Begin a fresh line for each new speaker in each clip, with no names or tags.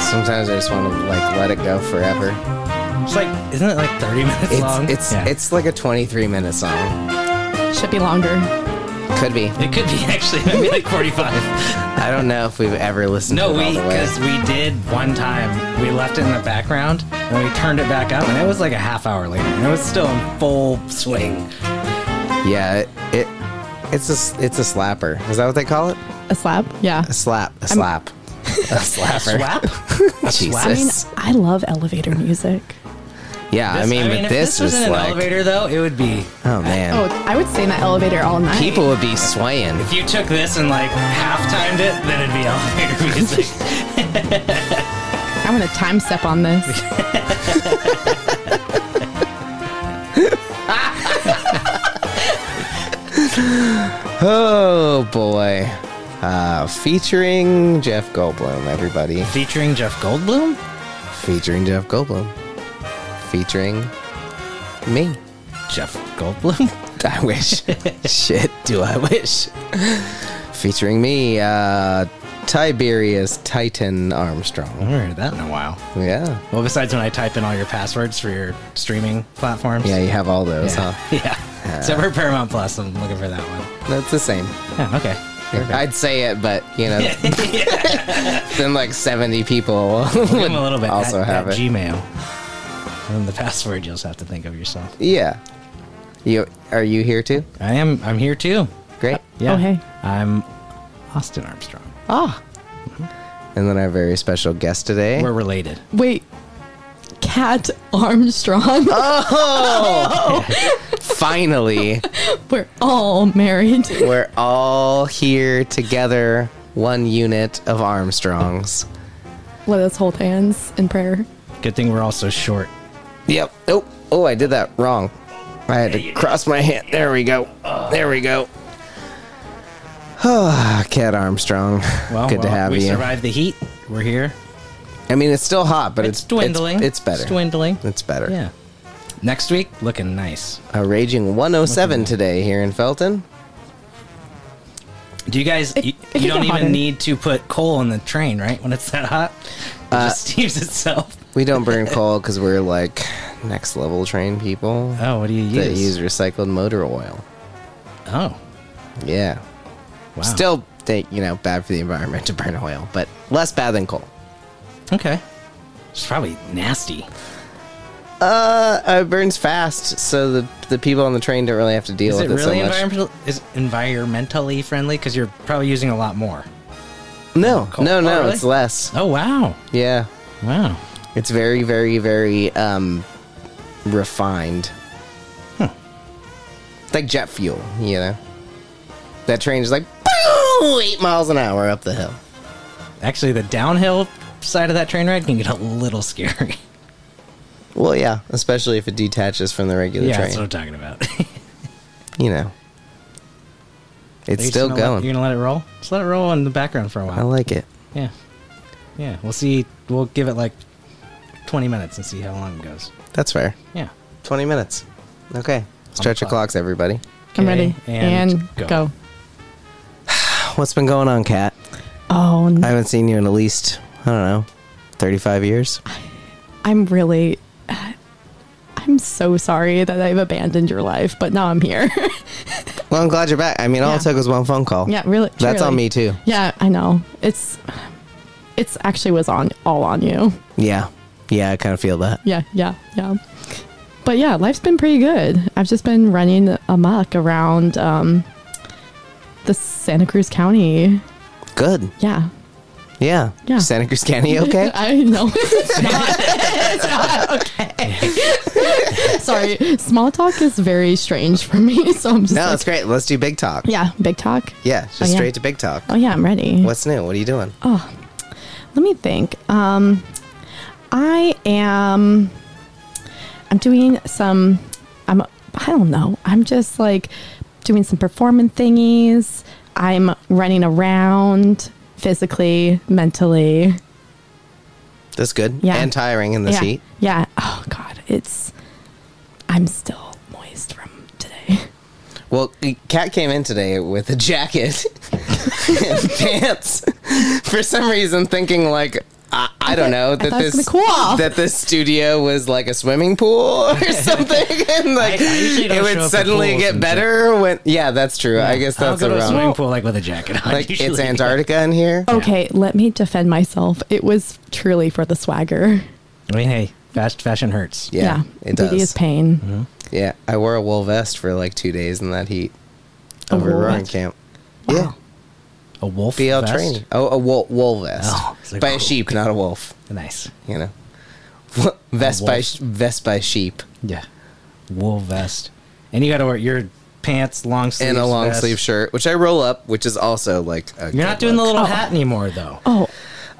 Sometimes I just want to like let it go forever.
It's like, isn't it like 30 minutes
It's
long?
it's
Yeah.
it's like a 23 minute song.
Should be longer.
Could be.
it could be actually, it might be like 45.
I don't know if we've ever listened.
No,
to it all
we,
the way.
because we did one time, we left it in the background and we turned it back up and it was like a half hour later and it was still in full swing.
yeah, it, it it's a s- it's a slapper. Is that what they call it?
A slap? Yeah.
A slap. A slap. a slapper.
Swap?
I mean,
Jesus.
I love elevator music.
yeah, I mean, but
if
this,
was
was
in
like,
an elevator though, it would be.
oh man,
Oh, I would stay in that elevator all night.
people would be swaying.
If you took this and like half timed it, then it'd be elevator music.
I'm gonna time step on this.
Oh boy. Uh, featuring Jeff Goldblum, everybody.
Featuring Jeff Goldblum?
Featuring Jeff Goldblum. Featuring me.
Jeff Goldblum?
I wish. Shit, do I wish. Featuring me, uh, Tiberius Titan
I
Armstrong.
haven't heard that in a while.
Yeah.
Well, besides when I type in all your passwords for your streaming platforms.
Yeah, you have all those,
Yeah.
huh?
yeah. Except for Paramount Plus, I'm looking for that one.
That's the same.
Yeah, okay.
I'd say it, but, you know, then like 70 people
Give
would
them a little bit.
also
at,
have
at
it.
Gmail. And then the password you'll just have to think of yourself.
yeah. You, are you here too?
I am. I'm here too.
Great.
Yeah.
Oh, hey.
I'm Austin Armstrong.
Ah. And then our very special guest today.
We're related.
Wait, Cat Armstrong.
Finally,
We're all married.
we're all here together, one unit of Armstrongs.
Let us hold hands in prayer.
Good thing we're all so short.
Yep. Oh, oh, I did that wrong. I had to cross my hand. There we go. There we go. Ah, Cat Armstrong.
Well,
Good to
well,
have
we
you.
survived the heat. We're here.
I mean, it's still hot, but
It's
it's,
dwindling.
It's, better.
It's dwindling.
It's better.
Yeah. Next week, looking nice.
A raging 107 today here in Felton.
Do you guys?
It-
you
it could
you
get
don't
hotter.
even need to put coal on the train, right? When it's that hot,
Uh,
it just steams itself.
We don't burn coal because we're like next level train people
Oh, what do you
that use
use?
recycled motor oil.
oh,
Yeah.
wow.
Still, they, you know, bad for the environment to burn oil, but less bad than coal.
okay. It's probably nasty.
Uh, uh, it burns fast, so the the people on the train don't really have to deal
Is it
with it,
really
so much.
environmental? Is it environmentally friendly? Because you're probably using a lot more.
No,
Coal.
no,
Oh,
no,
really?
it's less.
Oh wow,
Yeah,
wow.
it's very, very, very um refined. Like jet fuel, you know. That train is like "Boo!" eight miles an hour up the hill.
Actually, the downhill side of that train ride can get a little scary.
Well, yeah, especially if it detaches from the regular
yeah,
train.
that's what I'm talking about.
you know, it's
You're just
still
gonna let-
going.
you're gonna let it roll. Just let it roll in the background for a
I
while.
like it.
Yeah. Yeah. We'll see. We'll give it like 20 minutes and see how long it goes.
That's fair.
Yeah.
20 minutes. Okay. Stretch your
clock.
clocks, everybody.
I'm
Okay,
ready.
and
And,
go.
go.
What's been going on, Kat?
Oh,
I
n-
haven't seen you in at least, I don't know, 35 years.
I'm really. I'm so sorry that I've abandoned your life, but now I'm here.
Well, I'm glad you're back. I mean, all
Yeah.
it took was one phone call.
yeah, really.
That's
truly.
on me, too.
Yeah, I know. It's. It's actually was on all on you.
Yeah. Yeah, I kind of feel that.
Yeah, yeah, yeah. But yeah, life's been pretty good. I've just been running amok around um, the Santa Cruz County.
Good.
Yeah.
Yeah.
Yeah.
Santa Cruz County, okay?
I know. it's not. It's not okay. Sorry. Small talk is very strange for me. So I'm just
no,
like,
that's great. Let's do big talk.
yeah, big talk.
Yeah, just
Oh, yeah.
straight to big talk.
Oh, yeah, I'm ready.
What's new? What are you doing?
Let me think. Um, I am. I'm doing some. I'm. I don't know. I'm just like doing some performance thingies. I'm running around physically, mentally.
That's good.
Yeah.
And tiring in this
yeah.
heat.
Yeah. Oh God, it's. I'm still moist from today.
Well, Kat came in today with a jacket and pants for some reason, thinking like I, I I don't know that
thought it was
this
gonna cool off.
that this studio was like a swimming pool or something, and like
I usually
it
don't show up
would
at
suddenly
pools
get
and
better when. Yeah, that's true. I guess
I'll
that's
go to a
around.
swimming pool like with a jacket on.
like it's
usually. Oh.
Antarctica in here.
Okay, let me defend myself. It was truly for the swagger.
I mean, hey, fast fashion hurts.
Yeah, it
Beauty
does.
is
Mm-hmm.
pain.
Yeah, I wore a wool vest for like two days in that heat
A
over
wool
at rowing
vest?
camp.
Yeah.
A wolf
BL
vest?
training. Oh, a wool, wool vest
Oh, it's like
by
wool.
a sheep, not a wolf.
Nice.
You know, vest by
wolf.
vest by sheep
Yeah. Wool vest. And you got to wear your pants, long sleeve,
and a long sleeve shirt, which I roll up, which is also like a
You're not doing the little hat anymore, though.
Oh,
little.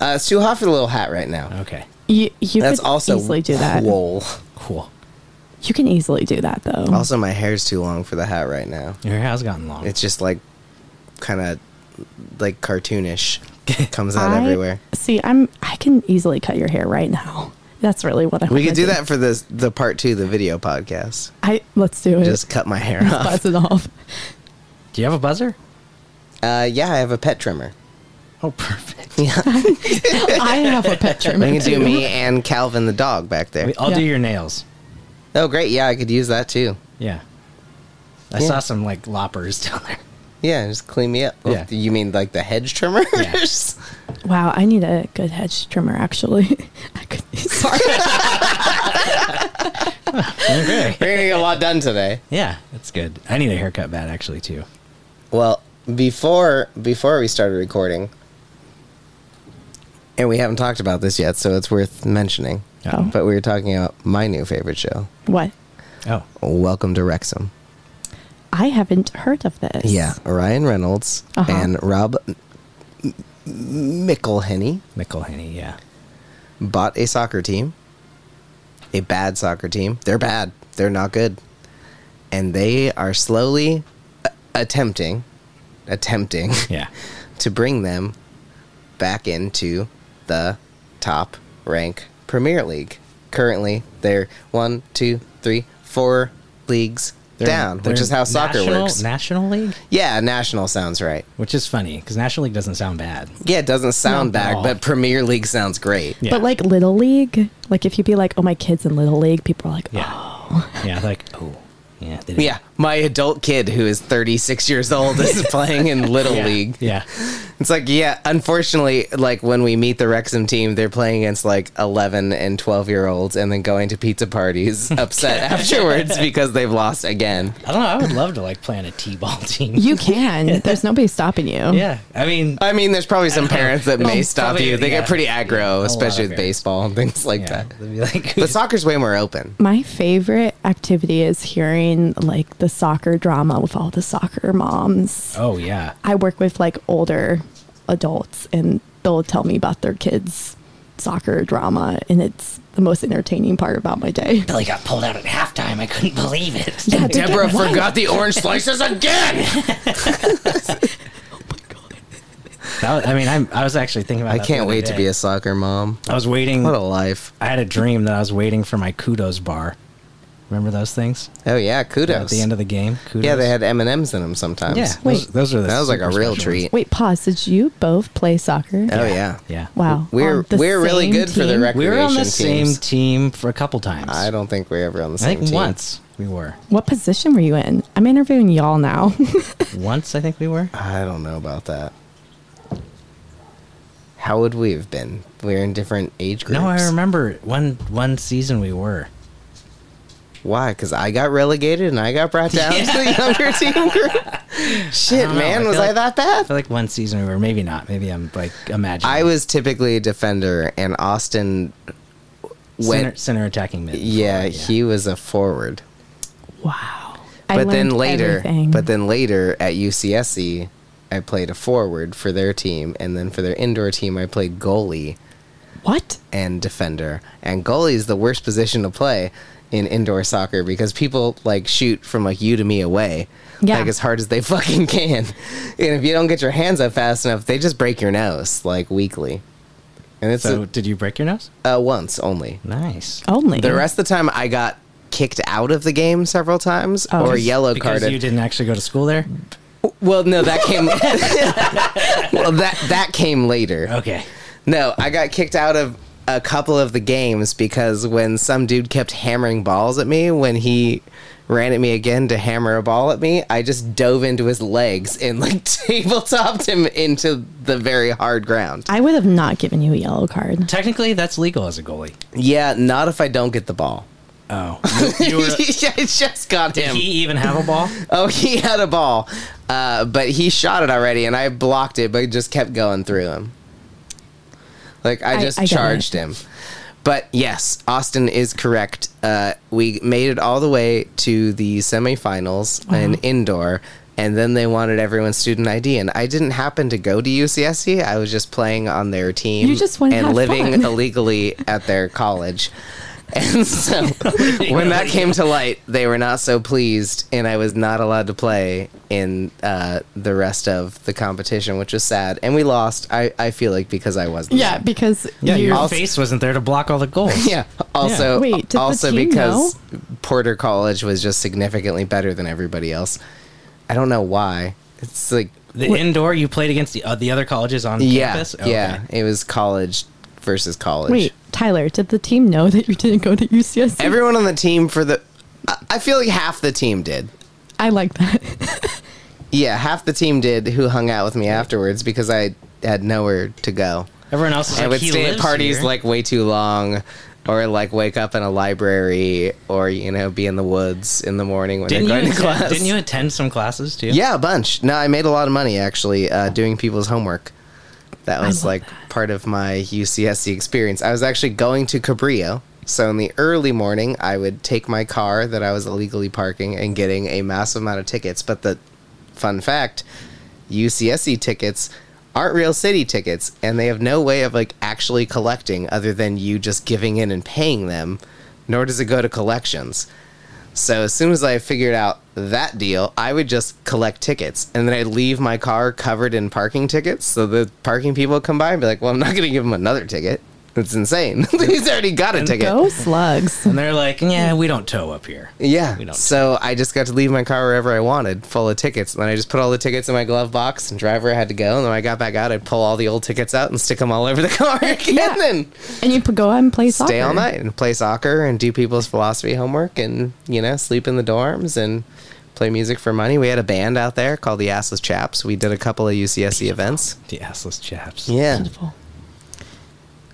Uh, it's too hot for the little hat right now.
Okay.
you you
That's
could
also
easily do that.
Wool.
Cool.
You can easily do that though.
Also, my hair's too long for the hat right now.
Your hair's gotten long.
It's just like kind of like cartoonish. Comes out
I-
everywhere.
See, I'm I can easily cut your hair right now. That's really what I
We
wanna
could do that for this the part two of the video podcast.
I let's do it.
Just cut my hair
buzz
off.
it off.
Do you have a buzzer?
Uh, yeah, I have a pet trimmer.
Oh, perfect.
Yeah,
I have a pet trimmer.
we can do
too.
me and Calvin the dog back there.
I'll do
Yeah.
your nails.
Oh, great! Yeah, I could use that too.
Yeah. I
Yeah.
saw some like loppers down there.
Yeah, just clean me up.
Yeah.
You mean like the hedge trimmers?
Wow, I need a good hedge trimmer actually. I could sorry.
Okay.
We're gonna get a lot done today.
yeah, that's good. I need a haircut bad actually too.
Well, before before we started recording, and we haven't talked about this yet, so it's worth mentioning.
Oh.
But we were talking about my new favorite show,
what?
Oh.
Welcome to Wrexham.
I haven't heard of this.
Yeah, Ryan Reynolds
Uh-huh.
and Rob M- M- McElhenney
McElhaney, yeah.
bought a soccer team, a bad soccer team. They're bad. They're not good, and they are slowly a- attempting, attempting
Yeah.
to bring them back into the top rank Premier League. Currently, they're one, two, three, four leagues
They're-
down, which
they're
is how soccer
national,
works.
National League?
yeah, national sounds right.
Which is funny because National League doesn't sound bad.
Yeah, it doesn't sound
Not at
bad,
all.
but Premier League sounds great.
Yeah.
But like Little League, like if you be like, oh, my kid's in Little League, people are like,
Yeah.
oh,
Yeah, like, oh. Yeah. they didn't-
Yeah, my adult kid who is 36 years old is playing in Little
Yeah.
League.
Yeah.
It's like, yeah, unfortunately, like when we meet the Wrexham team, they're playing against like 11 and 12 year olds and then going to pizza parties upset afterwards because they've lost again.
I don't know. I would love to like play on a T-ball team.
you can. There's nobody stopping you.
yeah. I mean,
I mean, there's probably some parents that may
Well,
stop
Oh, probably,
you. They
yeah.
get pretty aggro,
lot
especially
of
with
parents.
baseball and things like
yeah.
that.
They'd be like,
But soccer's way more open.
My favorite activity is hearing like the soccer drama with all the soccer moms.
oh yeah.
I work with like older adults and they'll tell me about their kids' soccer drama and it's the most entertaining part about my day.
Billy got pulled out at halftime. I couldn't believe it.
Yeah, they get
Deborah
wild.
forgot the orange slices again.
That was, I mean, I'm, I was actually thinking about.
I
that
can't
the other
wait to
day.
be a soccer mom.
I was waiting.
What a life.
I had a dream that I was waiting for my kudos bar. Remember those things
Oh, yeah, kudos.
at the end of the game? Kudos.
yeah, they had M&Ms in them sometimes.
Yeah. Those,
Wait.
those are the
That was like a
super
real
special ones.
treat.
Wait, pause. Did you both play soccer?
Oh, yeah.
Yeah.
Wow.
We're
On the
we're really
same
good for the
team?
recreation
We were on the
teams.
same team for a couple times.
I don't think we're ever on the
I
same
think
team.
once we were.
What position were you in? I'm interviewing y'all now.
Once I think we were.
I don't know about that. How would we have been? We're in different age groups.
No, I remember one one season we were.
Why? Because I got relegated and I got brought down to the younger team group. Shit,
don't know.
man,
I
was
feel
I
like-
that
I feel
bad?
like one season we were. Maybe not. Maybe I'm like imagining.
I was typically a defender, and Austin
center,
went.
center attacking mid.
Yeah, he was a forward.
Wow.
but then later, but then later at UCSC, E, I played a forward for their team, and then for their indoor team, I played goalie
what?
and defender. And goalie is the worst position to play in indoor soccer because people like shoot from like you to me away,
Yeah.
like as hard as they fucking can. And if you don't get your hands up fast enough, they just break your nose like weekly. And it's
So
uh
did you break your nose?
uh, once only.
Nice.
Only
The rest of the time, I got kicked out of the game several times
Oh.
or
Because-
yellow
because
carded.
you didn't actually go to school there.
Well, no, that came. well, that that came later.
Okay.
No, I got kicked out of a couple of the games because when some dude kept hammering balls at me, when he ran at me again to hammer a ball at me, I just dove into his legs and like tabletopped him into the very hard ground.
I would have not given you a yellow card.
Technically, that's legal as a goalie.
Yeah, not if I don't get the ball.
Oh, you were,
I just got
did
him.
he even have a ball?
Oh, he had a ball, uh, but he shot it already, and I blocked it, but it just kept going through him. Like I
I-
just
I get
charged
it.
him. But yes, Austin is correct. Uh, we made it all the way to the semifinals
Uh-huh.
in indoor, and then they wanted everyone's student ID. And I didn't happen to go to UCSC. I was just playing on their team
You just went
and
and had
living
fun.
illegally at their college. And so when that came to light, they were not so pleased, and I was not allowed to play in uh, the rest of the competition, which was sad. And we lost, I, I feel like, because I wasn't.
Yeah, because
Yeah,
you
your
Also-
face wasn't there to block all the goals.
Yeah. Also,
Wait, did the
also
team
because Porter College was just significantly better than everybody else. I don't know why. It's like,
The indoor you played against the, uh, the other colleges on
yeah,
campus.
yeah. It was college versus college.
wait, Tyler, did the team know that you didn't go to UCSC?
Everyone on the team for the, I- I feel like half the team did.
I like that.
Yeah, half the team did who hung out with me afterwards because I had nowhere to go.
Everyone else is
I
like,
would
he
stay at
lives
parties
here.
like way too long or like wake up in a library or, you know, be in the woods in the morning when
Didn't
they're going
you,
to class.
attend, didn't you attend some classes too?
Yeah, a bunch. No, I made a lot of money actually uh, doing people's homework. That was like
love
part of my UCSC experience. I was actually going to Cabrillo. So in the early morning, I would take my car that I was illegally parking and getting a massive amount of tickets. But the fun fact UCSC E tickets aren't real city tickets and they have no way of like actually collecting other than you just giving in and paying them, nor does it go to collections. So as soon as I figured out that deal, I would just collect tickets and then I'd leave my car covered in parking tickets. So the parking people come by and be like, well, I'm not going to give him another ticket. It's insane. He's already got a ticket.
Go slugs.
And they're like, yeah, we don't tow up here.
Yeah.
We don't.
So I just got to leave my car wherever I wanted, full of tickets. And then I just put all the tickets in my glove box and drive where I had to go. And then when I got back out, I'd pull all the old tickets out and stick them all over the car again
Yeah.
and
And you p- go out and play soccer.
stay all night and play soccer and do people's philosophy homework and, you know, sleep in the dorms and play music for money. We had a band out there called the Assless Chaps. We did a couple of UCSC E events.
The assless chaps.
Yeah.
Beautiful.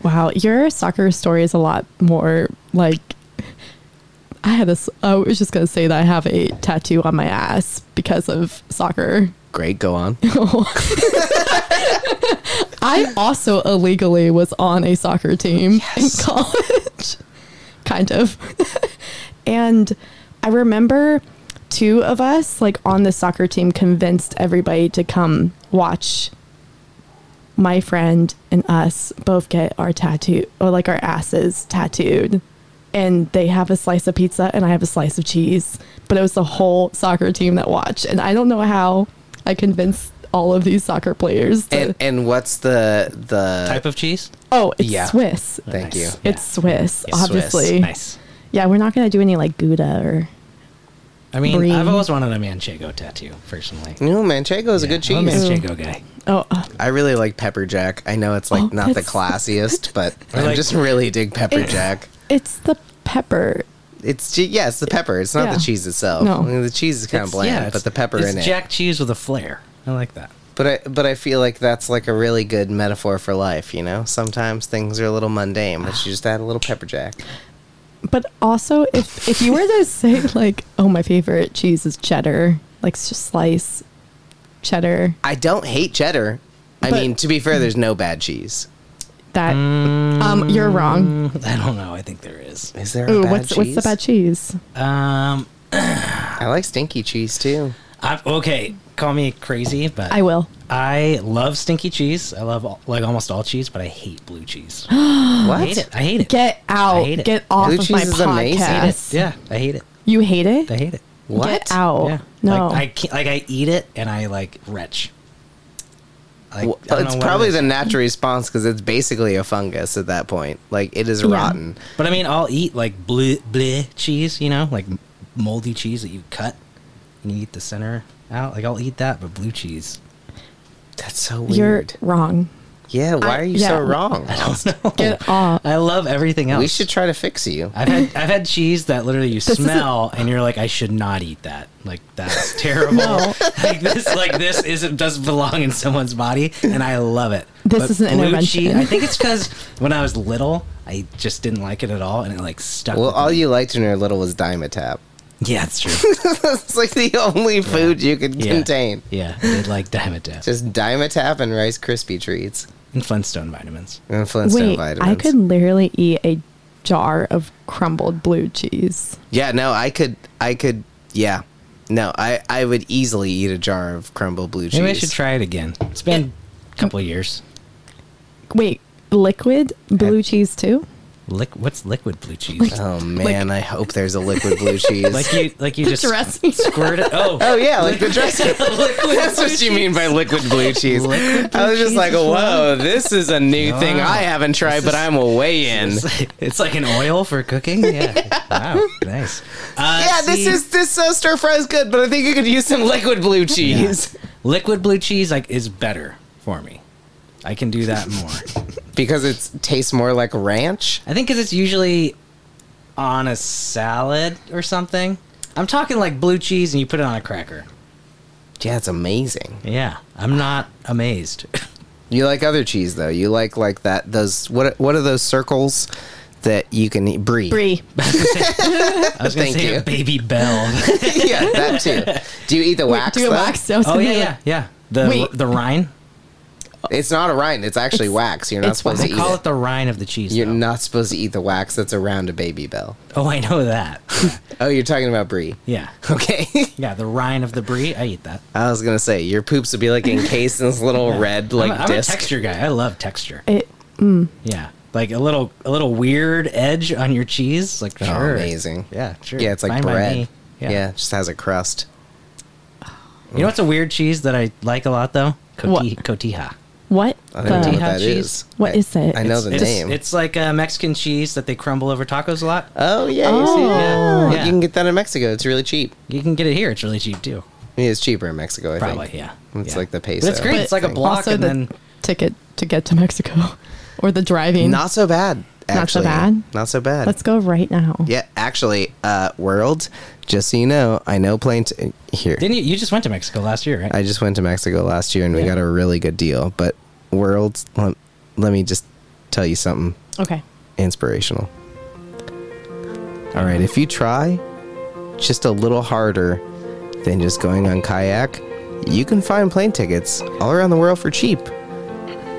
Wow, your soccer story is a lot more like. I had this. I was just gonna say that I have a tattoo on my ass because of soccer.
Great. Go on.
I also illegally was on a soccer team in college, kind of. and I remember two of us, like on the soccer team, convinced everybody to come watch my friend and us both get our tattoo or like our asses tattooed. And they have a slice of pizza and I have a slice of cheese. But it was the whole soccer team that watched. And I don't know how I convinced all of these soccer players to
And, and what's the, the
Type of cheese?
Oh, it's
Yeah.
Swiss.
Thank
Nice.
you.
It's Swiss,
It's Swiss.
obviously.
Nice.
Yeah, we're not gonna do any like Gouda or
I mean,
Brie.
I've always wanted a Manchego tattoo, personally.
No, Manchego is Mm, a good
I'm
cheese.
a Manchego guy.
oh, uh,
I really like pepper jack. I know it's like
Oh,
not the
that's-
classiest, but
I
I
like-
just really dig pepper
It's-
jack.
it's the pepper.
It's che- yeah, it's the pepper. It's not
Yeah.
the cheese itself.
No.
I mean, the cheese is kind of
It's-
bland,
it's-
but the pepper
it's
in it.
jack cheese with a flair. I like that.
but I but I feel like that's like a really good metaphor for life. You know, sometimes things are a little mundane, but you just add a little pepper jack.
But also, if if you were to say like, oh, my favorite cheese is cheddar, like s- slice cheddar,
I don't hate cheddar. I
But-
mean, to be fair, there's no bad cheese.
that um, you're wrong.
I don't know. I think there is.
Is there?
Ooh,
a bad
what's
cheese?
what's the bad cheese?
Um,
I like stinky cheese too.
I, okay, call me crazy, but
I will.
I love stinky cheese. I love all, like almost all cheese, but I hate blue cheese.
What?
I hate it. I hate it.
Get out.
hate it.
Get off
Blue
of
cheese
my
is amazing.
I hate it.
podcast.
Yeah, I hate it.
You hate it?
I hate it.
What?
Get out.
Yeah.
Oh, No.
Like, I can't, like I eat it and I like retch. Like,
Well,
I don't
it's
know what it
probably
is.
the natural response because it's basically a fungus at that point. Like it is
Yeah.
rotten.
But I mean, I'll eat like bleh, bleh cheese, you know, like m- moldy cheese that you cut and you eat the center out. Like I'll eat that, but blue cheese.
That's so
You're
weird.
wrong.
Yeah, why
I-
are you
yeah.
so wrong?
Get uh, off.
I love everything else.
We should try to fix you.
I've had I've had cheese that literally you
This is a-
smell and you're like I should not eat that. Like that's terrible.
No.
Like this like this isn't doesn't belong in someone's body and I love it.
This is an
blue
intervention.
cheese- I think it's cuz when I was little I just didn't like it at all and it like stuck.
Well,
with
all
me.
you liked when you were little was Dimetap.
Yeah, it's true.
That's like the only food you could
Yeah.
contain.
yeah, I did like Dimetap.
Just Dimetap and Rice Krispie treats
and Flintstone vitamins.
and Flintstone
Wait,
vitamins.
I could literally eat a jar of crumbled blue cheese.
Yeah, no, I could. I could. Yeah, no, I I would easily eat a jar of crumbled blue cheese.
Maybe I should try it again. It's been a couple of years.
Wait, liquid blue
I-
cheese too?
Lick, what's liquid blue cheese?
Oh man, I hope there's a liquid blue cheese.
like you like you
The
just
dressing.
squirt it. Oh.
oh yeah, like the dressing. That's what you mean by liquid blue cheese.
Liquid
I was just
cheese
like,
is
whoa, this is a new thing
Wow.
I haven't tried, but I'm way in.
It's like, it's like an oil for cooking. Yeah. wow. Nice. Uh,
Yeah, this
see,
is this uh, stir fry is good, but I think you could use some liquid blue cheese
liquid blue cheese. Like is better for me. I can do that more.
because it tastes more like ranch.
I think because it's usually on a salad or something. I'm talking like blue cheese, and you put it on a cracker.
Yeah, it's amazing.
Yeah. I'm not amazed.
You like other cheese though. You like like that those what what are those circles that you can eat? Brie.
Brie.
I was going
Thank
to say
you.
a baby bell.
yeah, that too. Do you eat the wax?
Do a
though?
wax dose
oh
and
yeah,
then-
yeah, yeah. The
Wait.
the rind.
It's not a rind. It's actually
It's-
wax. You're not
it's
supposed
They
to
call
eat
it
it.
the rind of the cheese.
You're
though.
not supposed to eat the wax that's around a baby bell.
oh, I know that.
Oh, you're talking about brie.
Yeah.
Okay.
Yeah, the rind of the brie. I eat that.
I was gonna say your poops would be like encased in this little red like
I'm, a- I'm a
disc.
texture guy. I love texture.
It,
Yeah, like a little a little weird edge on your cheese. Like
Oh,
sure,
amazing.
Yeah, sure.
Yeah, it's like
Fine by me.
bread.
Yeah.
Yeah. it just has a crust.
You know what's a weird cheese that I like a lot though? Coti-
What?
Cotija.
what?
I don't know
the-
what
Cotija
that
cheese?
is.
What
I,
is it?
I know
It's-
the
it's,
name.
It's like a Mexican cheese that they crumble over tacos a lot.
oh yeah,
Oh.
you see?
Yeah, yeah.
You can get that in Mexico. It's really cheap.
You can get it here. It's really cheap too.
I mean, it's cheaper in Mexico. I
Probably,
think.
yeah.
It's
Yeah.
like the
But
peso.
it's great.
but
It's like a block
also
and
the
then-
ticket to get to Mexico or the driving.
Not so bad.
so
Actually.
bad?
Not so bad.
Let's go right now.
Yeah, actually, uh, world. Just so you know, I know plane t- here.
Didn't you? You just went to Mexico last year, right?
I just went to Mexico last year and we
Yeah.
got a really good deal. But world, let, let me just tell you something
Okay.
inspirational. All right, if you try just a little harder than just going on kayak, you can find plane tickets all around the world for cheap.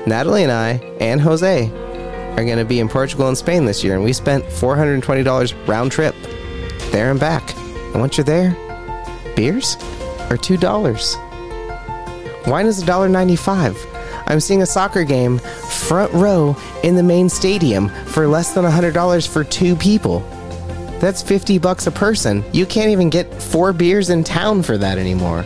Natalie and I and Jose are going to be in Portugal and Spain this year, and we spent $420 round trip there and back. And once you're there, beers are $2. Wine is $1.95. I'm seeing a soccer game front row in the main stadium for less than $100 for two people. That's 50 bucks a person. You can't even get four beers in town for that anymore.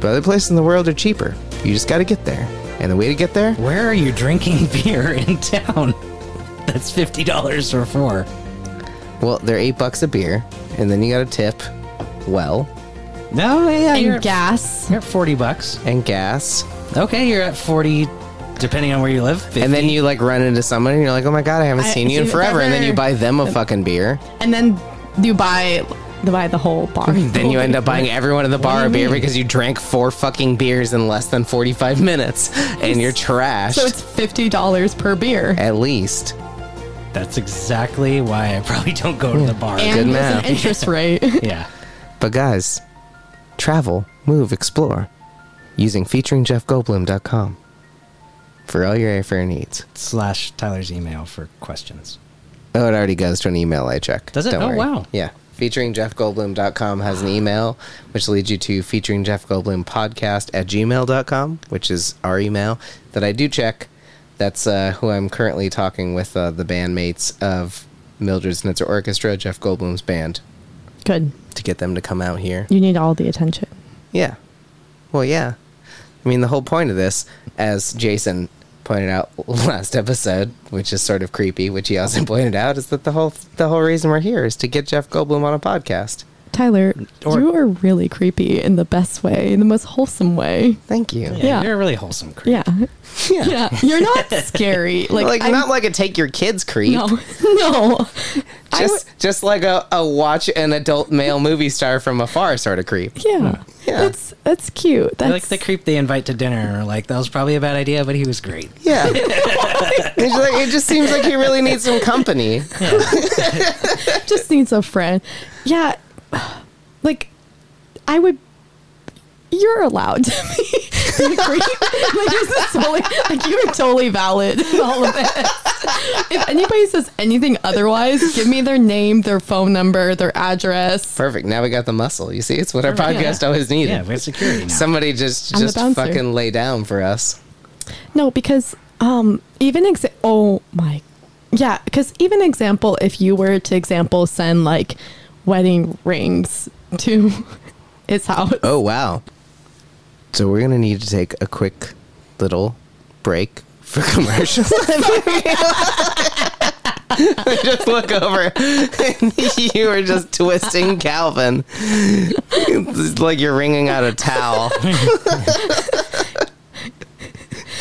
But other places in the world are cheaper. You just got to get there. And the way to get there
Where are you drinking beer in town? That's fifty dollars for four.
Well, they're eight bucks a beer, and then you got a tip, well,
No, yeah, you're
And
at-
gas.
You're at forty bucks.
and gas,
Okay, you're at forty, depending on where you live. 50.
and then you like run into someone, and you're like, oh my god, I haven't
I-
seen you in
see-
forever, and then you buy
forever.
them a fucking beer,
And then you buy you buy the whole bar.
then you end up buying everyone at the bar
do
a
you
beer
mean?
because you drank four fucking beers in less than forty five minutes, and you're trashed.
So it's fifty dollars per beer.
at least
That's exactly why I probably don't go to the bar.
good
And there's
math.
an interest rate.
yeah.
But guys, travel, move, explore using featuringjeffgoldblum.com for all your airfare needs.
Slash Tyler's email for questions.
Oh, it already goes to an email I checked.
Does it?
Don't
Oh,
worry.
wow.
Yeah. Featuring jeffgoldblum.com has an email, which leads you to featuring Jeff Goldblum podcast at gmail.com, which is our email that I do check. That's uh, who I'm currently talking with uh, the bandmates of Mildred Snitzer Orchestra, Jeff Goldblum's band,
Good.
to get them to come out here.
You need all the attention.
Yeah. Well, yeah. I mean, the whole point of this, as Jason pointed out last episode, which is sort of creepy, which he also pointed out, is that the whole the whole reason we're here is to get Jeff Goldblum on a podcast.
Tyler,
Or-
you are really creepy in the best way, in the most wholesome way.
Thank you.
Yeah,
Yeah.
you're a really wholesome creep.
Yeah. Yeah. You're not scary. Like,
Like
I'm-
not like a take your kids creep.
No. No. I
Just just like a, a watch an adult male movie star from afar sort of creep.
w- yeah.
Yeah.
That's that's cute. That's
You're like the creep they invite to dinner, or like that was probably a bad idea, but he was great.
Yeah. It's like- it just seems like he really needs some company.
just needs a friend. Yeah. Like, I would. You're allowed to be a creep. like, this is totally, like, you are totally valid in all of this. If anybody says anything otherwise, give me their name, their phone number, their address.
Perfect. Now we got the muscle. You see, it's what our
Perfect.
podcast always needed.
Yeah, we have security now.
Somebody just
I'm the
just
bouncer.
fucking lay down for us.
No, because um, even exa- oh my, yeah, because even example, if you were to example send like wedding rings to his house,
Oh wow. So we're gonna need to take a quick little break for commercials. I just look over and you are just twisting Calvin. It's like you're wringing out a towel.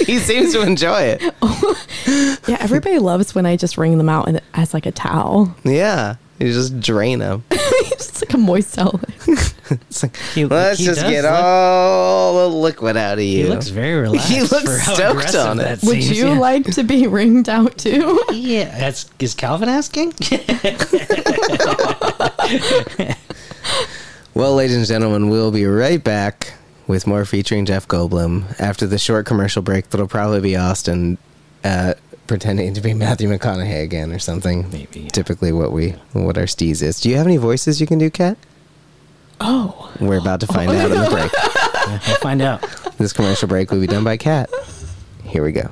he seems to enjoy it.
yeah, everybody loves when I just wring them out and as like a towel,
Yeah. You just drain him.
it's like a moist towel.
It's like,
He-
let's
he
just
does
get
look-
all the liquid out of you.
He looks very relaxed.
He looks
for how
stoked
aggressive
on it.
that
Would
seems.
you
Yeah.
like to be ringed out too?
Yeah, that's is Calvin asking?
Well, ladies and gentlemen, we'll be right back with more featuring Jeff Goldblum after the short commercial break. That'll probably be Austin uh, pretending to be Matthew McConaughey again or something.
Maybe, yeah.
Typically, what we what our steez is. Do you have any voices you can do, Kat?
Oh,
We're about to find out in the break.
Yeah, we'll find out.
This commercial break will be done by Kat. Here we go.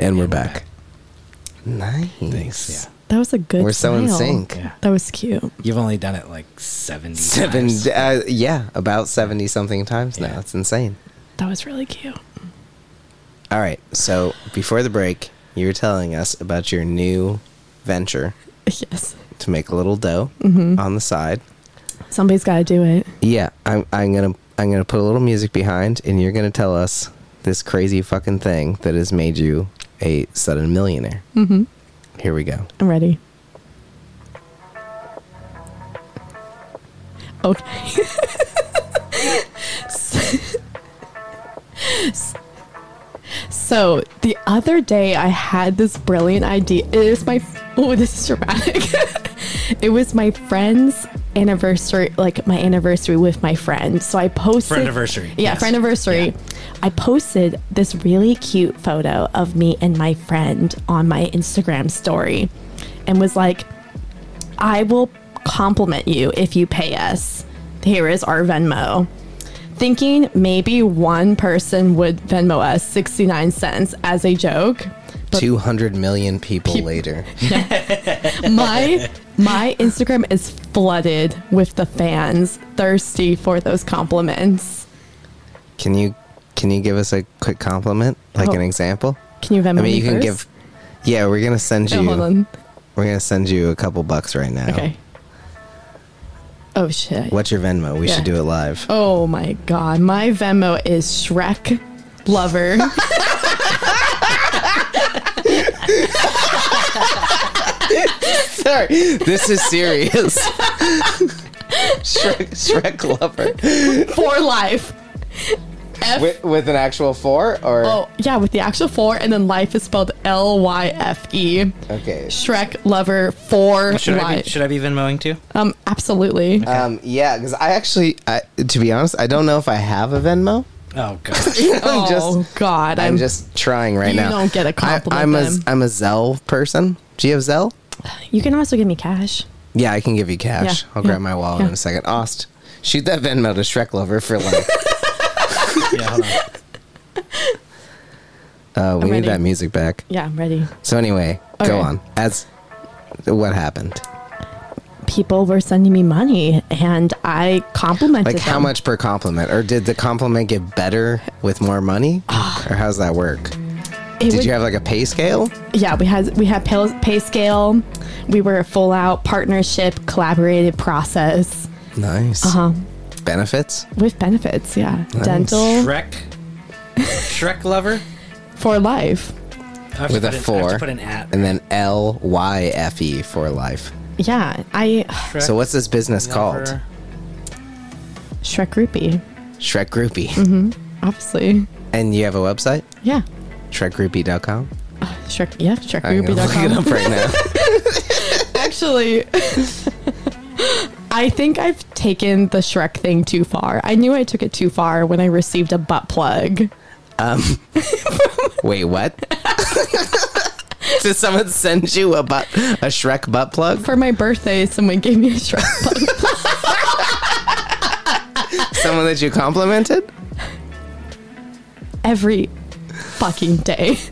And we're back. Nice. Thanks.
that was a good.
We're so in
smile.
sync.
Yeah.
That was cute.
You've only done it like seventy.
Seven.
times.
Uh, yeah, about seventy something times now. It's insane.
That was really cute.
All right. So before the break, you were telling us about your new venture
Yes,
to make a little dough on the side.
somebody's got to do it.
Yeah, I'm. I'm gonna. I'm gonna put a little music behind, and you're gonna tell us this crazy fucking thing that has made you a sudden millionaire. Mm-hmm. Here we go.
I'm ready. Okay. so the other day I had this brilliant idea. It is my oh, this is dramatic. it was my friend's anniversary, like my anniversary with my friend. So I posted
Friendiversary,
Yeah,
yes.
friend anniversary. I posted this really cute photo of me and my friend on my Instagram story and was like, I will compliment you if you pay us. Here is our Venmo. Thinking maybe one person would Venmo us 69 cents as a joke.
Two hundred million people later.
My my Instagram is flooded with the fans thirsty for those compliments.
Can you? Can you give us a quick compliment, like
Oh.
an example?
Can you Venmo
I mean, you
me
can
first?
give. Yeah, we're gonna send you.
Oh, hold on.
We're gonna send you a couple bucks right now.
Okay. Oh shit.
What's your Venmo? We should
Yeah.
do it live.
Oh my god, my Venmo is Shrek lover.
Sorry, this is serious. Shrek, Shrek lover
for life. F
with, with an actual four or
oh yeah, with the actual four and then life is spelled L Y F E.
okay.
Shrek lover for
Should I
life.
be, should I be Venmoing too?
um absolutely.
Um, yeah, because I actually, I, to be honest, I don't know if I have a Venmo.
Oh gosh.
I'm
oh
just,
god,
I'm,
I'm,
just trying right
You
now.
don't get a compliment
I, am a,
then.
I'm a Zelle person. Do you have Zelle?
You can also give me cash.
Yeah, I can give you cash.
Yeah,
I'll
yeah,
grab my wallet in
yeah.
a second. Ost, shoot that Venmo to Shrek Lover for like.
Yeah, hold on.
Uh, we
I'm
need
ready.
that music back.
Yeah, I'm ready.
So anyway,
Okay.
go on. As what happened?
People were sending me money, and I complimented
Like how
them.
much per compliment, or did the compliment get better with more money, or how's that work?
It
Did
Ah. would-
you have like a pay scale?
yeah, we had we had pay, pay scale. We were a full out partnership, collaborative process
Nice.
Uh-huh.
Benefits?
with benefits. Yeah, dental
Shrek. Shrek lover.
for life.
I have to
With a
put in- I have
four,
to put an at.
and then L Y F E for life.
Yeah, I
Shrek
So what's this business called?
lover.
Shrek groupie,
Shrek Groupie.
obviously.
And you have a website?
Yeah,
ShrekGroupie.com.
Shrek. Yeah,
I'm gonna look it
shrekgroupie.com.
up right now.
Actually, I think I've taken the Shrek thing too far. I knew I took it too far when I received a butt plug.
Wait, what? Did someone send you a butt, a Shrek butt plug?
For my birthday, someone gave me a Shrek plug.
Someone that you complimented?
every fucking day.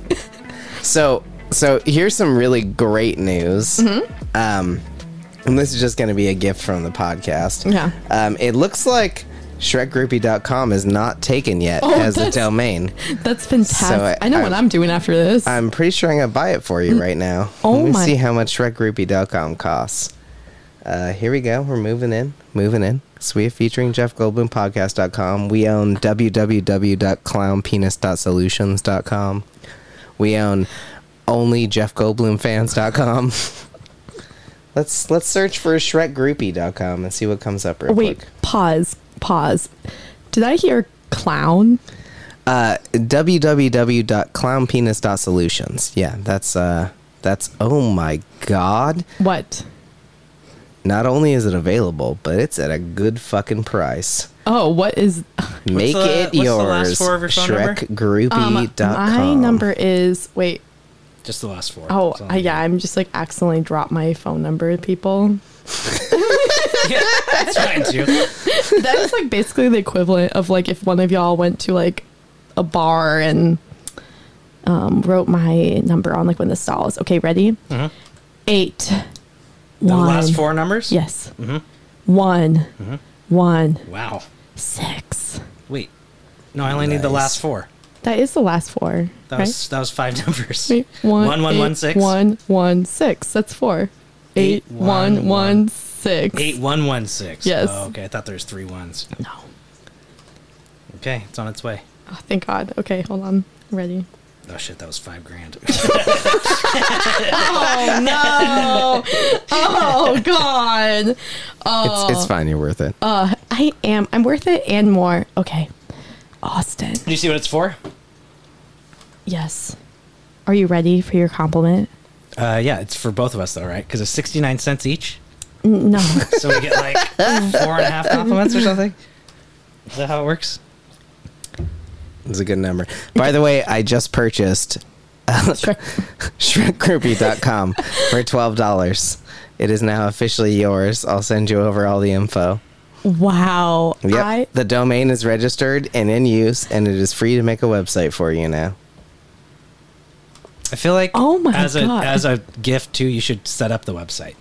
So, so here's some really great news.
Mm-hmm.
Um, and this is just going to be a gift from the podcast.
Yeah.
Um, it looks like ShrekGroupie.com is not taken yet
Oh,
as a
that's-
domain.
That's fantastic.
So I-
I, know what
I-
I'm doing after this.
I'm pretty sure I'm going to buy it for you right now.
Oh
Let me
my-
see how much ShrekGroupie.com costs. Uh, here we go. We're moving in. Moving in. So we have featuring Jeff Goldblum podcast.com. We own www.clownpenis.solutions.com. We own only Jeff Goldblum fans.com. let's let's search for shrekgroupie.com and see what comes up real
Wait,
quick.
pause, pause. Did I hear clown?
Uh, www.clownpenis.solutions. Yeah, that's uh that's oh my god.
What?
Not only is it available, but it's at a good fucking price.
Oh, what is
Make
the-
it
what's the last
yours.
four of your phone number?
ShrekGroupie.com.
my Um, number is wait.
Just the last four.
Oh,
That's all
I, yeah, I'm just like accidentally dropped my phone number, people.
Yeah, that's fine too.
that is like basically the equivalent of like if one of y'all went to like a bar and um, wrote my number on like one of the stalls. Okay, ready?
Mm-hmm.
Eight.
The
one.
last four numbers.
Yes.
Mm-hmm.
One, one,
Wow.
six.
Wait. No, I only need the
Nice.
last four.
That is the last four.
That
right?
was that was five numbers.
Wait,
one one
eight,
one six.
one, one, six. That's four.
Eight,
Eight, one,
one,
one,
one.
six.
Eight one one six.
Yes.
Oh, okay, I thought there was three ones.
No.
Okay, it's on its way.
Oh, thank God. Okay, hold on. I'm ready.
Oh shit, that was five grand.
Oh, no. oh, God.
It's,
Oh.
it's fine. You're worth it.
Uh, I am. I'm worth it and more. Okay. Austin.
Do you see what it's for?
Yes. Are you ready for your compliment?
Uh, yeah, it's for both of us though, right? Because it's sixty nine cents each,
N- No.
so we get like four and a half compliments or something. Is that how it works?
It's a good number. By the way, I just purchased uh,
Shrek-
ShrekGroupie.com for twelve dollars. It is now officially yours. I'll send you over all the info.
Wow.
Yep.
I
the domain is registered and in use, and it is free to make a website for you now.
I feel like
Oh my
as
God.
a as a gift too, you should set up the website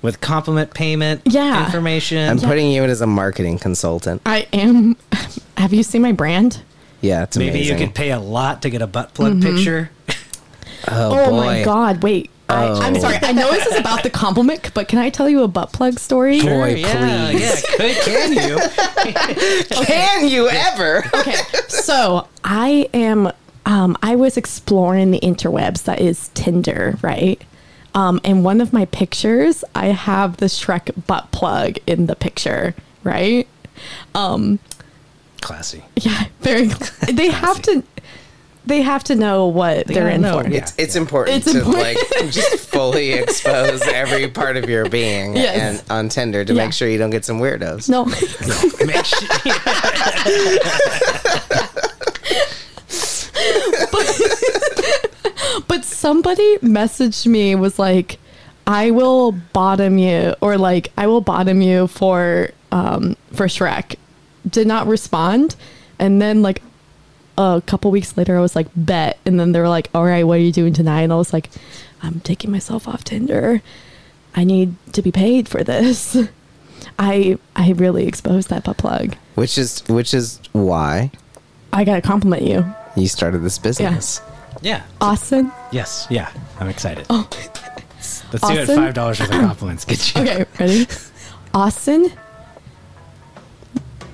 with compliment payment,
Yeah.
information.
I'm putting you in as a marketing consultant.
I am. Have you seen my brand?
Yeah, it's
Maybe
amazing.
you could pay a lot to get a butt plug
Mm-hmm.
picture.
Oh, boy.
my god! Wait,
Oh.
I, I'm sorry. I know this is about the compliment, but can I tell you a butt plug story?
Boy,
yeah,
please.
yeah, could, can you?
Can you ever?
Okay, so I am. Um, I was exploring the interwebs. That is Tinder, right? Um, and one of my pictures, I have the Shrek butt plug in the picture, right?
Classy.
Yeah, very. They have to. They have to know what they are
gotta
in
know.
for.
Yeah.
It's, it's important
It's
to like
important.
just fully expose every part of your being
Yes.
and on Tinder to
Yeah.
make sure you don't get some weirdos.
No,
Make sure-
but somebody messaged me was like I will bottom you or like I will bottom you for um for Shrek. Did not respond. And then like a couple weeks later I was like bet and then they were like, All right, what are you doing tonight? And I was like, I'm taking myself off Tinder. I need to be paid for this. I I really exposed that butt plug.
Which is which is why
I gotta compliment you.
you started this business.
Yeah.
Austin.
Yes. Yeah. I'm excited.
Oh
Let's do it.
awesome.
Five dollars worth of compliments. Get you.
Okay, ready? Austin,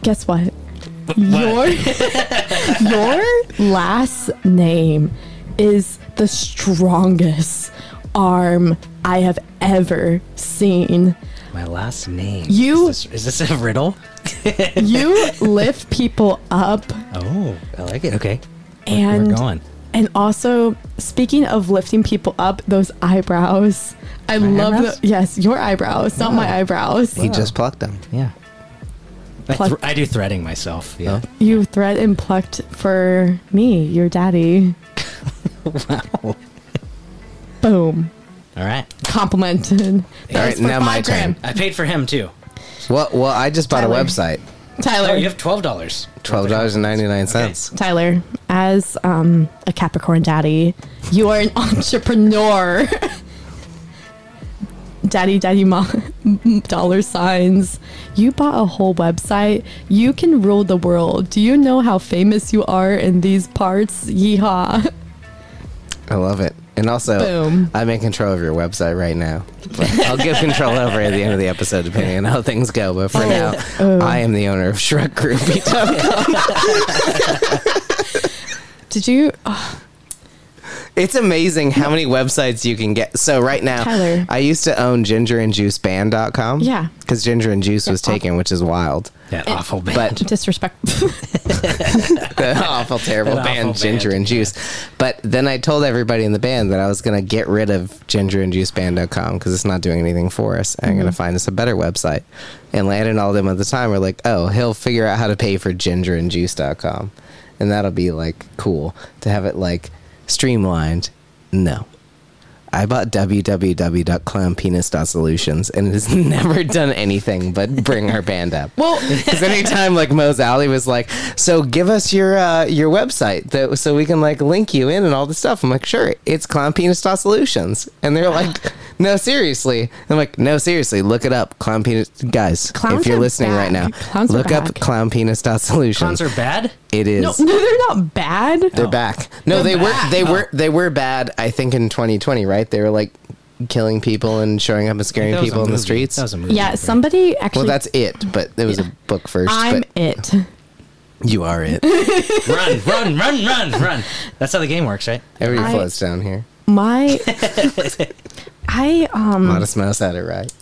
guess what? Your your last name is the strongest arm I have ever seen.
My last name.
You-
Is this, is this a riddle?
You lift people up
Oh, I like it. Okay.
and
We're going.
and also speaking of lifting people up, those eyebrows. I love
eyebrows? Oh.
the yes, your eyebrows, not my eyebrows.
He just plucked them.
Yeah. I,
Plus-
thr- I do threading myself. Yeah.
You thread and plucked for me, your daddy. wow. Boom.
All right.
Complimented.
All right,
That was for
now my
five grand.
turn.
I paid for him too.
Well, well, I just bought
Tyler.
a website.
Tyler.
Oh, you have twelve dollars.
Twelve dollars and ninety nine cents.
Tyler, as um, a Capricorn daddy, you are an entrepreneur. daddy, daddy, mom, dollar signs. You bought a whole website. You can rule the world. Do you know how famous you are in these parts? Yeehaw.
I love it. And also,
Boom.
I'm in control of your website right now. But I'll give control over at the end of the episode, depending on how things go. But
Oh.
for now, I am the owner of Shrek Group.
Did you?
It's amazing how many websites you can get. So right now,
Tyler.
I used to own gingerandjuiceband.com.
Yeah.
Because Ginger and Juice was taken, which is wild.
That awful band.
But
disrespect.
the awful, terrible
That awful
band, Ginger
band,
and Juice. But then I told everybody in the band that I was going to get rid of gingerandjuiceband.com because it's not doing anything for us. and I'm going to
Mm-hmm.
find us a better website. And Landon and all them at the time were like, oh, he'll figure out how to pay for gingerandjuice.com. And that'll be like cool to have it like streamlined. No. I bought www.clownpenis.solutions and it has never done anything but bring our band up.
well,
Because anytime like Mose Alley was like, so give us your uh, your website that, so we can like link you in and all this stuff. I'm like, sure, it's clownpenis.solutions. Solutions, and they're like, no, seriously. And I'm like, no, seriously, look it up, clown penis guys.
Clowns
if you're
are
listening right now,
back. Clowns are
look up
back.
clownpenis.solutions.
Cons
Solutions.
are bad.
It is.
no, no, they're not bad.
They're back. No,
They're
they were
back.
they were they were bad. I think in 2020, right? They were like killing people and showing up and scaring
That was a
people in the
movie.
streets.
That was a movie.
yeah, somebody
well,
actually.
that's it. But there was a book first.
I'm
but
it.
you are it.
run, run, run, run, run. That's how the game works, right?
Everything
I-
flows down here.
My, I
Mm.
um,
Modest Mouse had it right.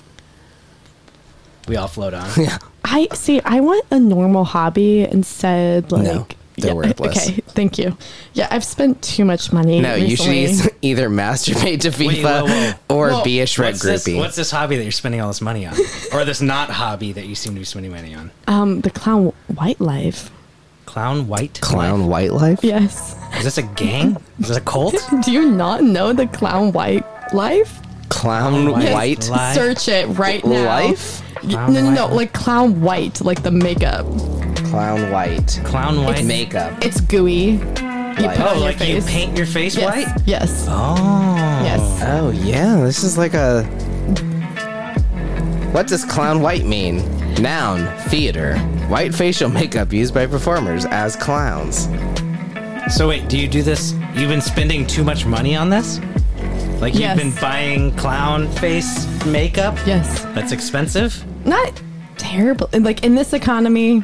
We all float on.
I see. I want a normal hobby instead. Like,
they're
yeah,
worthless.
Okay, thank you. Yeah, I've spent too much money.
No, you should
recently.
eith- either masturbate to FIFA
Wait, whoa, whoa.
or
Well,
be a Shrek
What's this,
groupie.
what's this hobby that you're spending all this money on, or this not hobby that you seem to be spending money on?
um the clown white life.
Clown White.
Clown White Life?
Yes.
Is this a gang? Is this a cult?
Do you not know the clown white life?
Clown
Yes.
White
Life?
Search it right now.
Life?
Y-
Clown
no, no, no,
white-
like clown white, like the makeup.
Clown White.
Clown White.
Makeup.
It's gooey. You put
Oh,
on
like
your
you
face.
paint your face
yes.
white?
Yes.
Oh.
Yes.
Oh, yeah. This is like a. What does clown white mean? Noun, theater. White facial makeup used by performers as clowns.
So wait, do you do this? You've been spending too much money on this? Like
Yes.
you've been buying clown face makeup?
Yes.
That's expensive?
Not terrible. And, Like in this economy,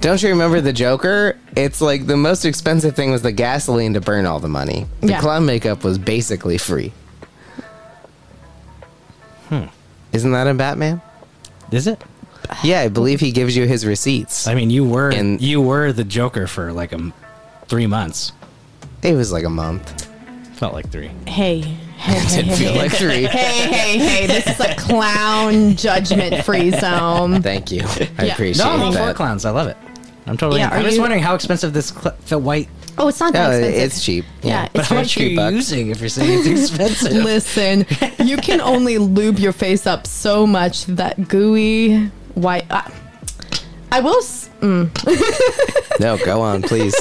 Don't you remember the Joker? It's like the most expensive thing was the gasoline to burn all the money. The
Yeah.
clown makeup was basically free. Hmm. Isn't that in Batman?
Is it?
Yeah, I believe he gives you his receipts.
I mean, you were
And-
you were the Joker for like a m- 3 months.
It was like a month.
Felt like 3.
hey, hey,
It
hey,
didn't feel
hey,
like three.
hey, hey, hey, this is a clown judgment free zone.
Thank you. I
Yeah.
appreciate
No, I'm all for
that.
clowns. I love it. I'm totally
Yeah,
I'm
are
just
you-
wondering how expensive this cl- the white
Oh, it's not
No,
that
it-
expensive.
it's cheap.
Yeah,
it's
it's
But how
very
much are you
cheap. buck.
using if you're saying it's expensive?
Listen, you can only lube your face up so much that gooey white. Uh, I will. s- mm,
No, go on, please.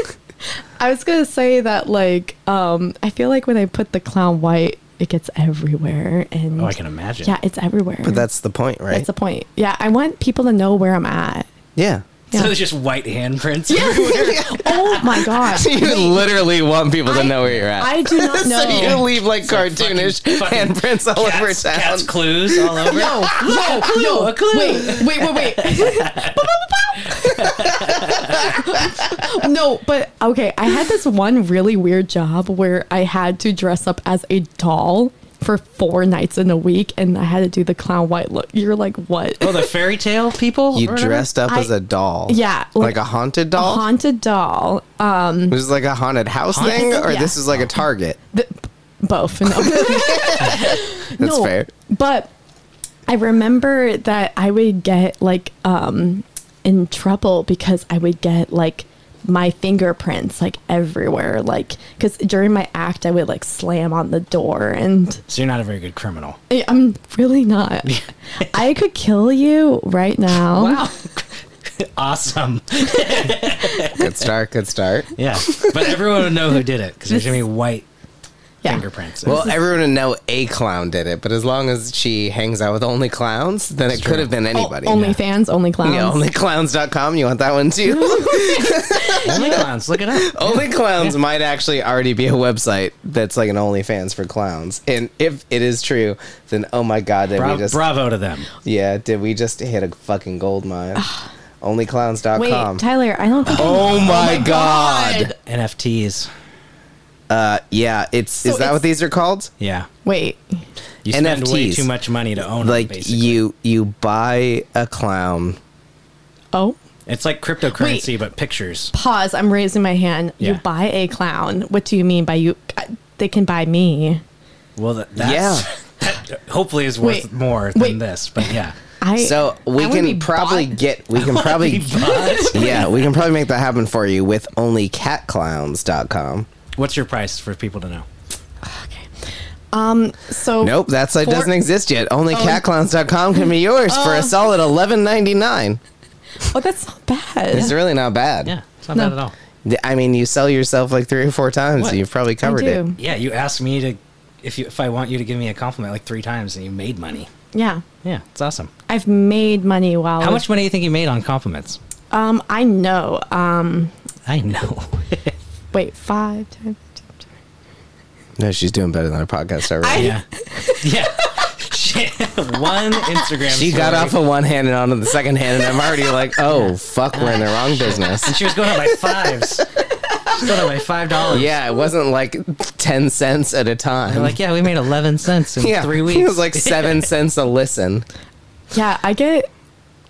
I was gonna say that like um, I feel like when I put the clown white, it gets everywhere and
Oh, I can imagine.
yeah, it's everywhere.
But that's the point, right?
that's the point. Yeah, I want people to know where I'm at.
yeah.
So
Yeah.
it's just white handprints.
oh my god.
you literally want people to know where you're at.
I do not know.
so you leave like cartoonish
fucking- fucking
handprints all over
Cats,
town.
cats clues all over.
No, no, clue,
no, a clue.
Wait, wait, wait, wait. no, but okay, I had this one really weird job where I had to dress up as a doll for four nights in a week, and I had to do the clown white look. You're like, what?
Oh, the fairy tale people.
you
or whatever?
dressed up
I-
as a doll.
Yeah,
Like,
like-
a haunted
Oh.
doll?
Haunted doll. Um,
This is like a haunted house thing, or
Yeah.
this is like a Target.
th- both. No.
That's fair.
But I remember that I would get like um in trouble because I would get like my fingerprints like everywhere like cuz during my act I would like slam on the door and
So you're not a very good criminal.
I- I'm really not. I could kill you right now.
awesome.
Good start. Good start.
Yeah, but everyone would know who did it because there's gonna be white
Yeah.
fingerprints.
Well, everyone would know a clown did it, but as long as she hangs out with only clowns, then it could have been anybody.
Oh, only fans, only clowns.
Yeah, onlyclowns.com. You want that one too?
only clowns. Look it up.
Only Clowns might actually already be a website that's like an OnlyFans for clowns. And if it is true, then oh my god, did
Bra-
we just
bravo to them.
yeah, did we just hit a fucking gold mine? onlyclowns.com.
Wait, Tyler, I don't think
oh my god.
NFTs.
Yeah, it's
So
is that what
it's-
these are called?
Yeah,
Wait.
you spend way
NFTs.
too much money to own. Like
Like you you buy a clown.
Oh,
it's like cryptocurrency, but pictures.
pause. I'm raising my hand.
Yeah.
You buy a clown. What do you mean by you uh, they can buy me?
Well, that, that's
Yeah.
that hopefully is worth
Wait.
more than
Wait.
this. But yeah,
I
So
I
we
wanna be
can probably
bought.
get we can probably Yeah, we can probably make that happen for you with onlycatclowns.com.
what's your price for people to know? Oh,
so
Nope, that's it
For-
doesn't exist yet. Onlycatclowns.com can be yours for
Oh.
a solid 11.99.
Oh, that's not bad.
It's really not bad.
Yeah, it's not bad at all.
Th- I mean, you sell yourself like 3 or 4 times,
What?
so you've probably
I
covered it.
do.
Yeah, you asked me to if you if I want you to give me a compliment like three times, and you made money.
Yeah,
Yeah, it's awesome.
I've made money while
How much money do you think you made on compliments?
Um, I know. Um,
I know.
wait, five. 10, 10, 10.
No, she's doing better than our podcast already.
yeah, yeah. Shit. One Instagram.
she got
story.
off of one hand and onto the second hand, and I'm already like, oh, fuck, we're in the wrong business.
And she was going up by fives. She's going up by five dollars.
Yeah, it wasn't like 10 cents at a time.
They're like, yeah, we made eleven cents in
yeah,
three weeks.
It was like 7 cents a listen.
Yeah, I get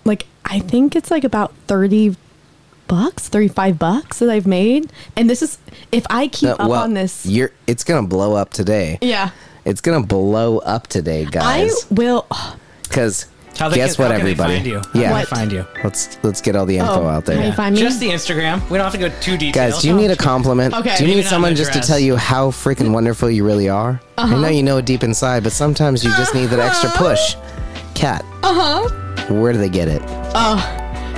like I think it's like about thirty bucks, thirty-five bucks that I've made, and this is if I keep
No,
up on this.
You're, it's going to blow up today.
yeah,
It's going to blow up today,
I
guys.
will.
Because
How they
guess
can-
what,
how can they
everybody?
find you? How
Yeah,
can they find you?
Let's let's get all the info
Oh,
out there,
how you find me?
Just the Instagram. We don't have to go too deep.
guys. Do you need a compliment?
Okay.
Do you
Maybe
need
not
someone
an
just to
address.
tell you how freaking wonderful you really are?
Uh-huh.
I know you know it deep inside, but sometimes you just need that extra push. Kat,
Uh huh.
where do they get it?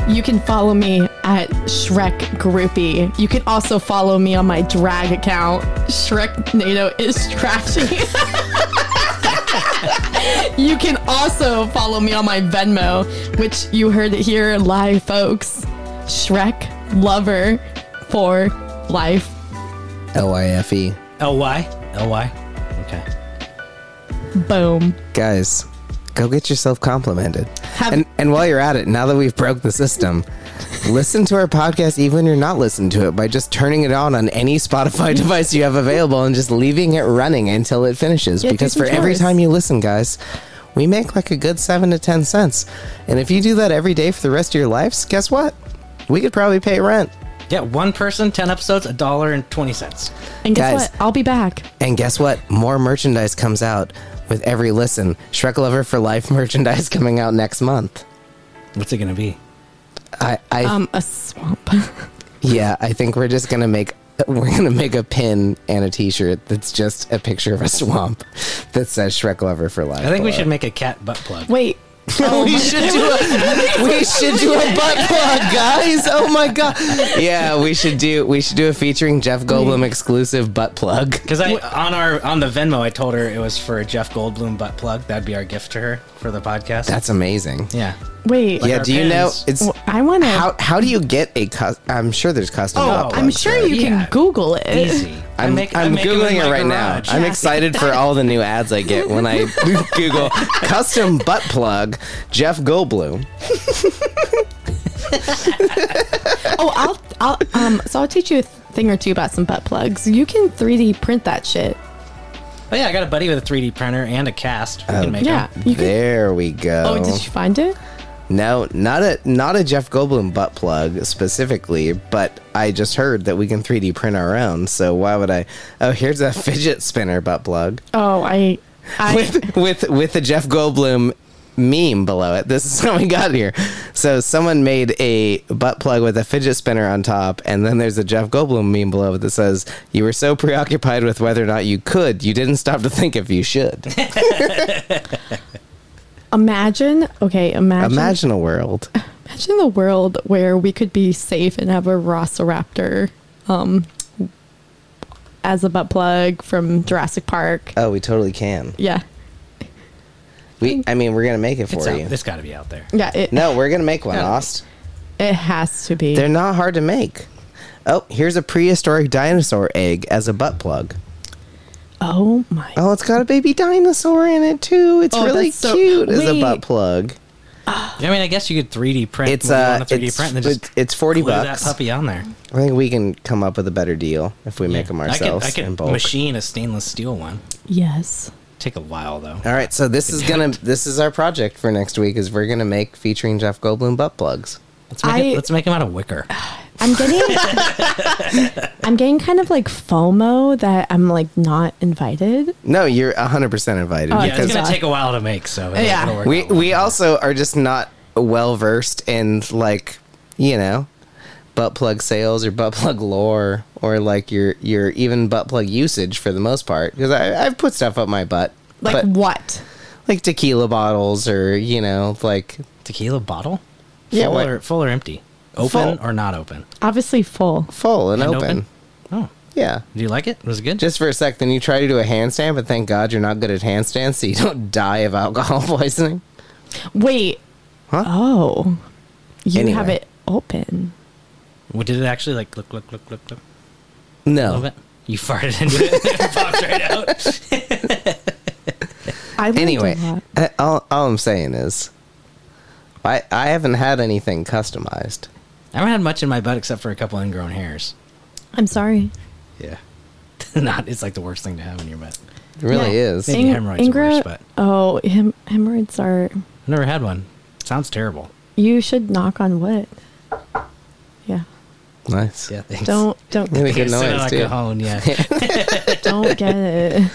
You can follow me at Shrek Groupie. You can also follow me on my drag account. Shrek NATO is trashy. you can also follow me on my Venmo, which you heard it here live, folks. Shrek Lover for life.
L Y F E.
L Y L Y. Okay.
Boom.
Guys, go get yourself complimented.
Have-
and and while you're at it, now that we've broke the system. Listen to our podcast even when you're not listening to it by just turning it on on any Spotify device you have available and just leaving it running until it finishes.
Yeah, do
because
some
for every
chores.
time you listen, guys, we make like a good seven to ten cents. And if you do that every day for the rest of your lives, guess what? We could probably pay rent.
Yeah, one person, ten episodes, a dollar and twenty cents.
And guess
Guys.
what? I'll be back.
And guess what? More merchandise comes out with every listen. Shrek Lover for Life merchandise coming out next month.
Oh,
What's it gonna be?
I, I
Um, a swamp.
Yeah, I think we're just gonna make we're gonna make a pin and a T-shirt that's just a picture of a swamp that says Shrek Lover for life.
I think
below.
we should make a cat butt plug.
Wait.
we should do a we should do a butt plug, guys. Oh my god. Yeah, we should do we should do a featuring Jeff Goldblum exclusive butt plug.
Because I on our on the Venmo, I told her it was for a Jeff Goldblum butt plug. That'd be our gift to her for the podcast.
That's amazing.
yeah.
Wait.
Like
yeah,
our
do you know
pins.
it's
Well, I wanna-
How how do you get a cus- I'm sure there's custom
Oh,
butt plugs.
I'm
I'm sure
right?
you
Yeah.
can Google it.
Easy. I
Eh, I'm,
make- I
I'm
make 'em
googling
in
it
my
right
garage.
now. I'm excited for all the new ads I get when I Google custom butt plug Jeff Goldblum.
Oh, I'll, I'll, um, so I'll teach you a thing or two about some butt plugs. You can 3D print that shit.
Oh yeah, I got a buddy with a 3D printer and a cast. We
Um,
can make
Yeah.
'em.
You can.
There we go.
Oh, did you find it?
No, not a not a Jeff Goldblum butt plug specifically, but I just heard that we can 3D print our own. So why would I? Oh, here's a fidget spinner butt plug
Oh, I, I,
with with with the Jeff Goldblum meme below it. This is how we got here. So someone made a butt plug with a fidget spinner on top, and then there's a Jeff Goldblum meme below it that says, "You were so preoccupied with whether or not you could, you didn't stop to think if you should."
imagine. Okay, imagine.
Imagine a world.
Imagine the world where we could be safe and have a Velociraptor, um, as a butt plug from Jurassic Park.
Oh, we totally can.
Yeah,
We, I mean, we're gonna make it for
It's
you.
out. It's got to be out there.
yeah. It,
No, we're gonna make one,
Yeah.
Ost.
it has to be.
They're not hard to make. Oh, here's a prehistoric dinosaur egg as a butt plug.
oh my!
Oh, it's got a baby dinosaur in it too. It's
Oh,
really
that's so-
cute as a
wait.
butt plug.
I mean, I guess you could 3D print.
It's
what you
uh,
want to 3D
it's,
print and then
it's,
just
it's forty
glue that
bucks.
puppy on there.
I think we can come up with a better deal if we make them
I could-
ourselves
I could,
in bulk.
machine a stainless steel one.
Yes.
Take a while though.
All right, so this is gonna this is our project for next week. Is we're gonna make featuring Jeff Goldblum butt plugs.
Let's make, it,
I-
let's make him out of wicker.
I'm getting I'm getting kind of like FOMO that I'm like not invited.
No, you're hundred percent invited.
Oh,
Yeah,
because
it's gonna
uh,
take a while to make, so it'll-
yeah.
it'll work
we
out well.
we also are just not well versed in like you know butt plug sales or butt plug lore or like your your even butt plug usage for the most part because I I've put stuff up my butt
Like
but,
what?
like tequila bottles or you know like
tequila bottle.
Yeah,
full
what-
or, full or empty. Open
Full.
or not open.
Obviously full.
full and,
And
open.
open? Oh,
yeah.
do you like it? Was it good?
Just for a sec, then you try to do a handstand, but thank God you're not good at handstands, so you don't die of alcohol poisoning.
Wait.
Huh?
Oh. You
Anyway.
have it open.
Well, did it actually like look, look, look, look, look?
No,
A little bit. You farted into it. it popped right out.
I learned a
Anyway,
lot.
I- all, all I'm saying is, I I haven't had anything customized.
I haven't had much in my butt except for a couple ingrown hairs.
I'm sorry.
Yeah. Not. It's like the worst thing to have in your butt.
It really
Yeah.
is.
Maybe hemorrhoids are worse, but-
Oh, hem- hemorrhoids are
I've never had one. sounds terrible.
you should knock on wood. Yeah.
Nice.
Yeah. Thanks.
Don't don't
Really good
As soon as
noise
I
too.
go home, yeah.
don't get it.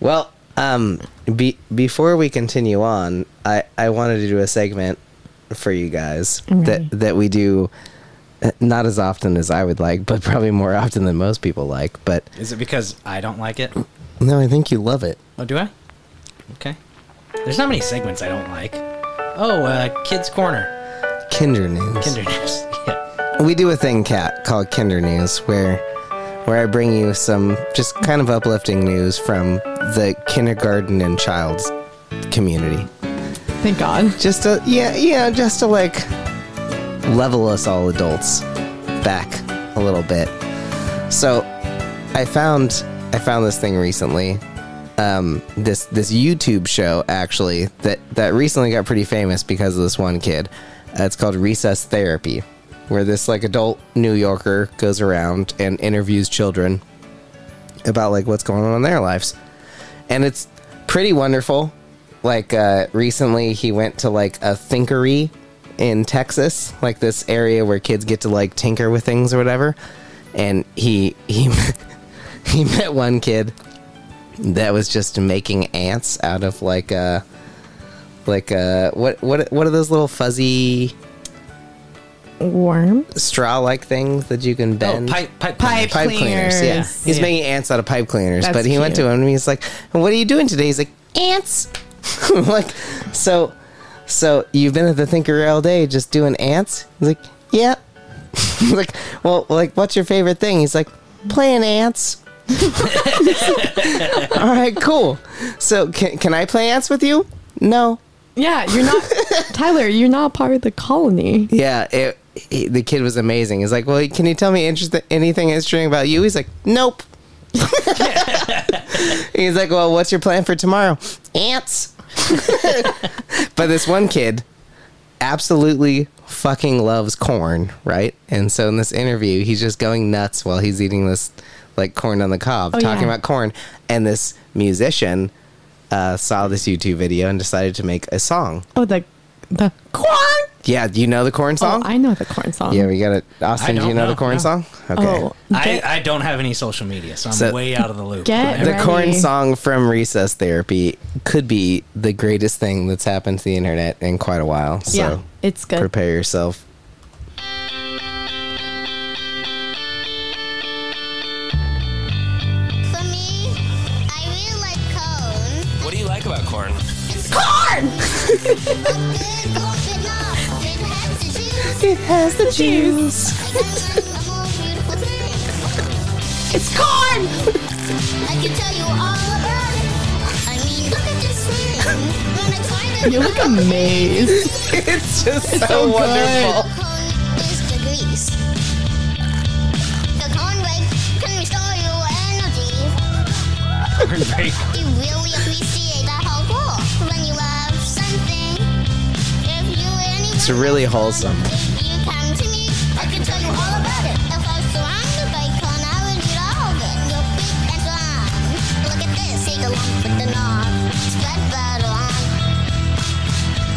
Well, um, be, before we continue on, I I wanted to do a segment for you guys
I'm ready.
that that we do uh, not as often as I would like, but probably more often than most people like. But
Is it because I don't like it?
no, I think you love it.
Oh, do I? Okay. There's not many segments I don't like. Oh, uh, Kids Corner.
Kinder news.
Kinder News. Yeah.
We do a thing, Kat, called Kinder News, where where I bring you some just kind of uplifting news from the kindergarten and child community.
Thank God.
Just to yeah, yeah, just to like level us all adults back a little bit. So I found I found this thing recently. Um, this this YouTube show actually that that recently got pretty famous because of this one kid. Uh, it's called Recess Therapy, where this like adult New Yorker goes around and interviews children about like what's going on in their lives, and it's pretty wonderful. Like uh, recently, he went to like a thinkery in Texas, like this area where kids get to like tinker with things or whatever, and he he he met one kid that was just making ants out of like uh, a like a what what what are those little fuzzy
worm.
straw-like things that you can bend.
Oh, pipe, pipe,
Pipe.
Pipe cleaners. Yeah,
cleaners.
he's
Yeah.
making ants out of pipe cleaners.
That's
but he went to
cute.
him and he's like, "What are you doing today?" He's like, "Ants." I'm like, so, so you've been at the thinker all day just doing ants? He's like, "Yeah." I'm like, well, like, what's your favorite thing? He's like, playing ants. all right, cool. So, can can I play ants with you? No.
Yeah, you're not Tyler. You're not part of the colony.
Yeah, it, he, the kid was amazing. He's like, "Well, can you tell me interest- anything interesting about you?" He's like, "Nope." He's like, "Well, what's your plan for tomorrow?" Ants. but this one kid absolutely fucking loves corn, right? And so in this interview, he's just going nuts while he's eating this like corn on the cob,
Oh,
talking
yeah.
about corn. And this musician uh, saw this YouTube video and decided to make a song.
Oh, the the corn.
Yeah, do you know the corn
Oh,
song?
I know the corn song.
Yeah, we got it. Austin,
I
do you
don't
know, the
know,
corn
no.
song?
Oh,
I,
get-
I don't have any social media, so I'm
So-
way out of the loop.
Get
The
ready.
corn song from Recess Therapy could be the greatest thing that's happened to the internet in quite a while. So
yeah, it's good.
prepare yourself.
For me, I really like cone.
What do you like about corn?
But good golden knob, it has the juice.
It has the juice.
I can learn the whole beautiful thing.
It's corn.
I can tell you all about it. I mean, look at this ring. When I find it,
You look amazed.
It's just so,
so good.
wonderful.
The cone is the grease. The cornbread can restore your energy. You really appreciate that whole goal when you love something. If you
It's really wholesome.
You come to me, I can tell you all about it. If I was surrounded by corn, I would eat all of it. You're big and strong. Look at this, take a lump with the knob. Spread that along.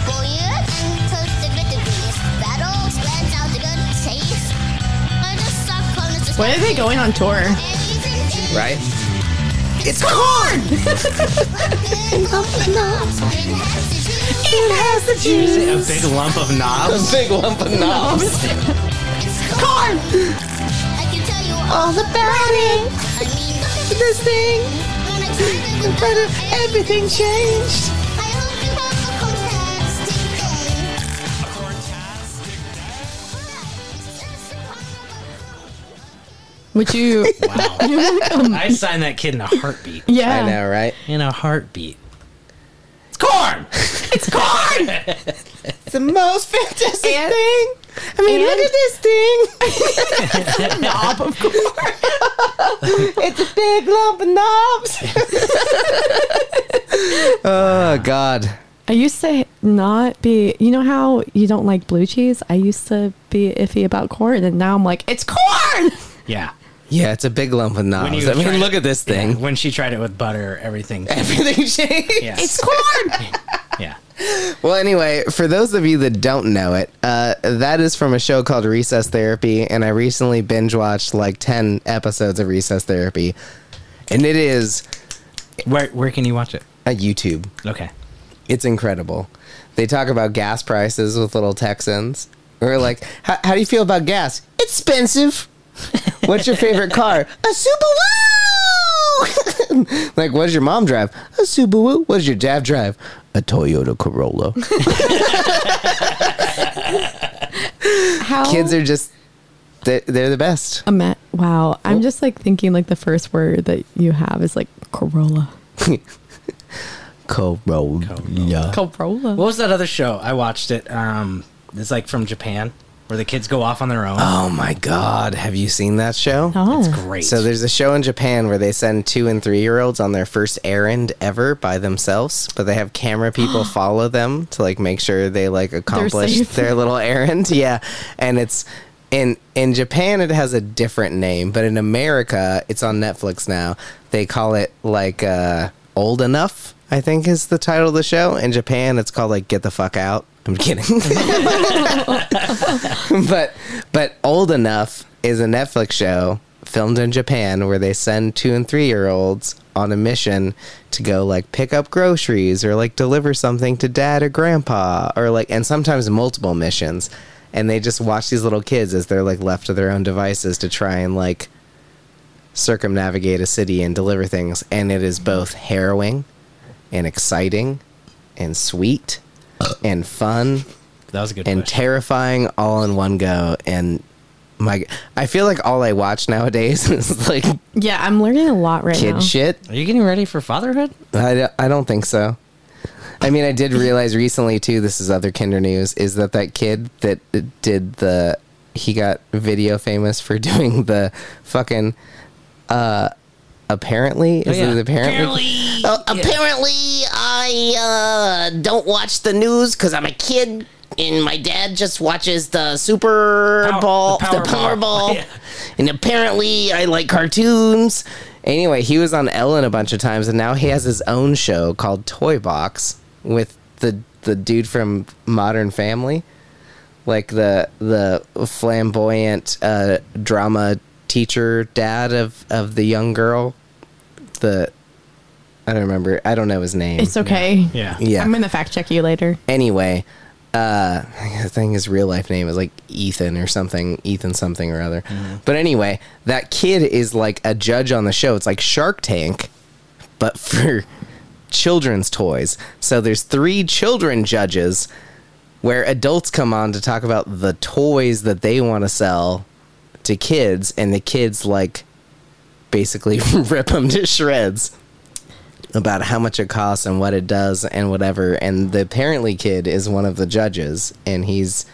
Boil it and toast it with the grease. That all spreads out the good taste. I just suck corn as a
Why are they going on tour?
Right? It's corn!
It has the juice.
A big lump of knobs.
Big lump of knobs.
Corn! I can tell you all about it. I mean, look at this thing. When I tried it, but everything changed. I hope you have a fantastic day. It's just a wonderful-
Would you?
I signed that kid in a heartbeat.
Yeah.
I know, right?
In a heartbeat. It's corn. It's corn.
It's the most fantastic
And-
thing. I mean, look
and-
at this thing.
Knob, of course.
it's a big lump of knobs. oh, God.
I used to not be. You know how you don't like blue cheese? I used to be iffy about corn, and now I'm like, it's corn.
Yeah.
Yeah, it's a big lump of
When
knobs.
you
I mean,
tried-
look at this
Yeah,
thing.
When she tried it with butter, everything.
Everything changed.
Yeah.
corn.
yeah.
Well, anyway, for those of you that don't know it, uh, that is from a show called Recess Therapy, and I recently binge watched like 10 episodes of Recess Therapy. And it is
Where Where can you watch it?
a YouTube.
Okay.
It's incredible. They talk about gas prices with little Texans. We're like, "How- how do you feel about gas? Expensive. What's your favorite car? A Subaru. like, what does your mom drive? A Subaru. What does your dad drive? A Toyota Corolla.
How
Kids are just, they're, they're the best.
Ama- wow, I'm just like thinking like the first word that you have is like Corolla.
Corolla.
Corolla.
What was that other show? I watched it. Um, it's like from Japan, where the kids go off on their own.
Oh my God. Have you seen that show?
oh,
It's great.
So there's a show in Japan where they send two and three year olds on their first errand ever by themselves, but they have camera people follow them to like make sure they like accomplish
safe.
their little errand. Yeah, and it's in in Japan it has a different name, but in America it's on Netflix now. They call it like uh, Old Enough, I think is the title of the show. In Japan it's called like Get the Fuck Out. I'm kidding. but but old enough is a Netflix show filmed in Japan where they send two and three year olds on a mission to go like pick up groceries or like deliver something to dad or grandpa or like and sometimes multiple missions. and they just watch these little kids as they're like left to their own devices to try and like circumnavigate a city and deliver things and it is both harrowing and exciting and sweet and fun
That was a good
and
push.
terrifying all in one go and my I feel like all I watch nowadays is like
Yeah, I'm learning a lot right
kid
now.
shit
Are you getting ready for fatherhood?
I don't, I don't think so. I mean, I did realize recently too. This is other Kinder news. Is that that kid that did the? He got video famous for doing the fucking. uh Apparently, is
yeah.
it apparently? Apparently, uh, apparently I uh, don't watch the news because I'm a kid, and my dad just watches the Super
Power-
Bowl,
the
the Powerball,
Powerball. Oh, Yeah.
and apparently I like cartoons. Anyway, he was on Ellen a bunch of times, and now he has his own show called Toy Box with the the dude from Modern Family, like the the flamboyant uh, drama teacher dad of of the young girl. The I don't remember. I don't know his name.
It's okay.
Yeah.
yeah.
I'm going to fact check you later.
anyway, uh, I think his real life name is like Ethan or something, Ethan something or other. But anyway, that kid is like a judge on the show. It's like Shark Tank, but for children's toys. So there's three children judges where adults come on to talk about the toys that they want to sell to kids, and the kids like basically rip them to shreds about how much it costs and what it does and whatever. And the apparently kid is one of the judges, and he's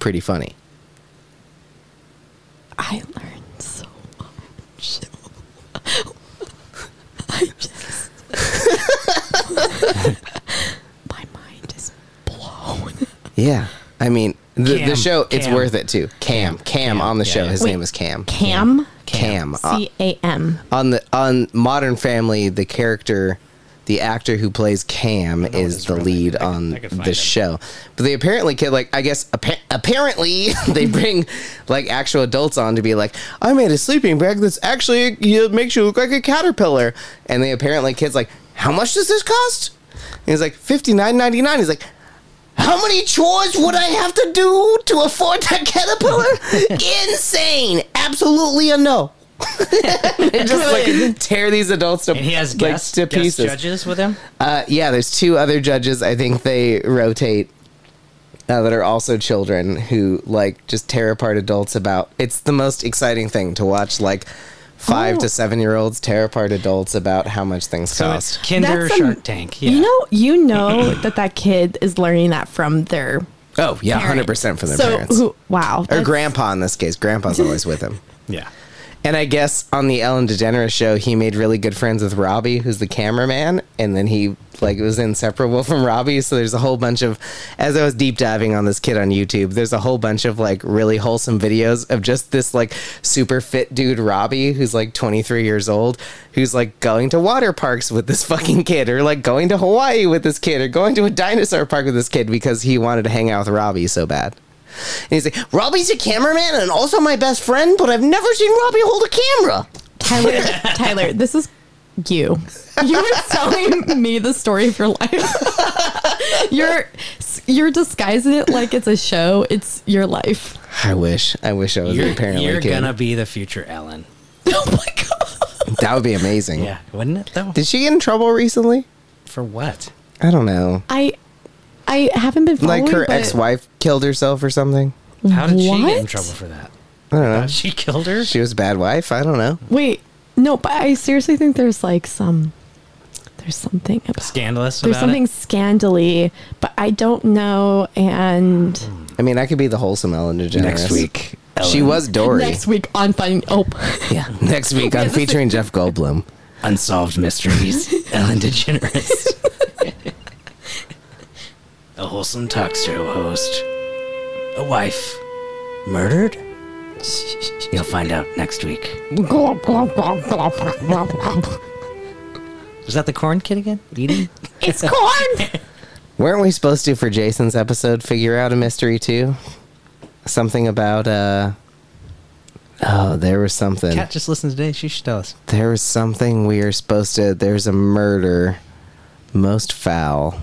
pretty funny.
I learned so much. I just. my mind is blown.
Yeah, I mean the, the
Cam.
show. It's
Cam.
worth it too. Cam, Cam,
Cam.
on the
Yeah,
show.
yeah.
His
Wait,
name is Cam.
Cam?
Cam. Uh,
C A M.
on the on Modern Family, the character, the actor who plays Cam
know what
is
his
the
real name
lead
is. I could-
on
I could find
the
him.
show. But they apparently kid like I guess appa- apparently they bring like actual adults on to be like I made a sleeping bag that's actually it makes you look like a caterpillar, and they apparently kids like how much does this cost? And he's like fifty nine ninety nine. He's like. How many chores would I have to do to afford that caterpillar? Insane! Absolutely a no. They just like tear these adults to,
And he has
like,
guest,
to
guest
pieces.
judges with him.
Uh, yeah, there's two other judges. I think they rotate uh, that are also children who like just tear apart adults about. It's the most exciting thing to watch. Like five
Oh.
to seven year olds tear apart adults about how much things
So it's
cost.
Kinder
That's a-
Shark Tank. Yeah.
You know, you know that that kid is learning that from their
Oh yeah, hundred
parent.
percent for their
So,
parents
who- wow.
or
that's-
grandpa in this case. Grandpa's always with him.
yeah.
And I guess on the Ellen DeGeneres show, he made really good friends with Robbie, who's the cameraman, and then he like was inseparable from Robbie. So there's a whole bunch of, as I was deep diving on this kid on YouTube, there's a whole bunch of like really wholesome videos of just this like super fit dude Robbie, who's like 23 years old, who's like going to water parks with this fucking kid, or like going to Hawaii with this kid, or going to a dinosaur park with this kid because he wanted to hang out with Robbie so bad. And he's like, Robbie's a cameraman and also my best friend, but I've never seen Robbie hold a camera.
Tyler, Tyler, this is you. You're telling me the story of your life. you're you're disguising it like it's a show. It's your life.
I wish. I wish I was
You're,
an apparently
you're
kid.
gonna be the future Ellen.
Oh my god.
That would be amazing.
Yeah, wouldn't it though?
Did she get in trouble recently?
for what?
I don't know.
I I haven't been following
Like her
but-
ex-wife killed herself or something.
How did she get in
What?
trouble for that?
I don't know.
She killed her.
She was a bad wife. I don't know.
Wait, no, but I seriously think there's like some there's something about
Scandalous.
there's
about
something
It?
scandally, but I don't know. And
I mean, I could be the wholesome Ellen DeGeneres
Next week,
She
Ellen.
was Dory.
next week on Finding Oh,
yeah, next week
Yeah,
I'm
this is-
featuring Jeff Goldblum.
Unsolved mysteries. Ellen DeGeneres. a wholesome talk show host. A wife murdered. You'll find out next week. Was that the corn kid again? Eating?
it's corn.
Weren't we supposed to for Jason's episode figure out a mystery too? Something about uh oh, there was something.
Cat just listened today. She should tell us.
There was something we were supposed to. There's a murder, most foul.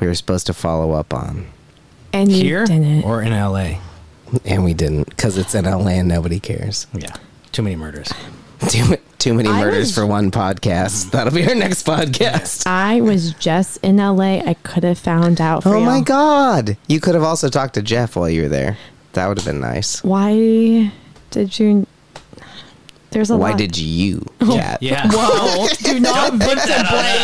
We were supposed to follow up on.
And you
here
didn't.
or in LA.
And we didn't because it's in LA and nobody cares.
Yeah, too many murders.
Too, too many
I
murders
was-
for one podcast. That'll be our next podcast.
I was just in LA. I could have found out. For
Oh my
y'all.
God. You could have also talked to Jeff while you were there. That would have been nice.
Why did you? There's a
Why
lot.
did you, Kat?
Yeah.
Whoa! Do not put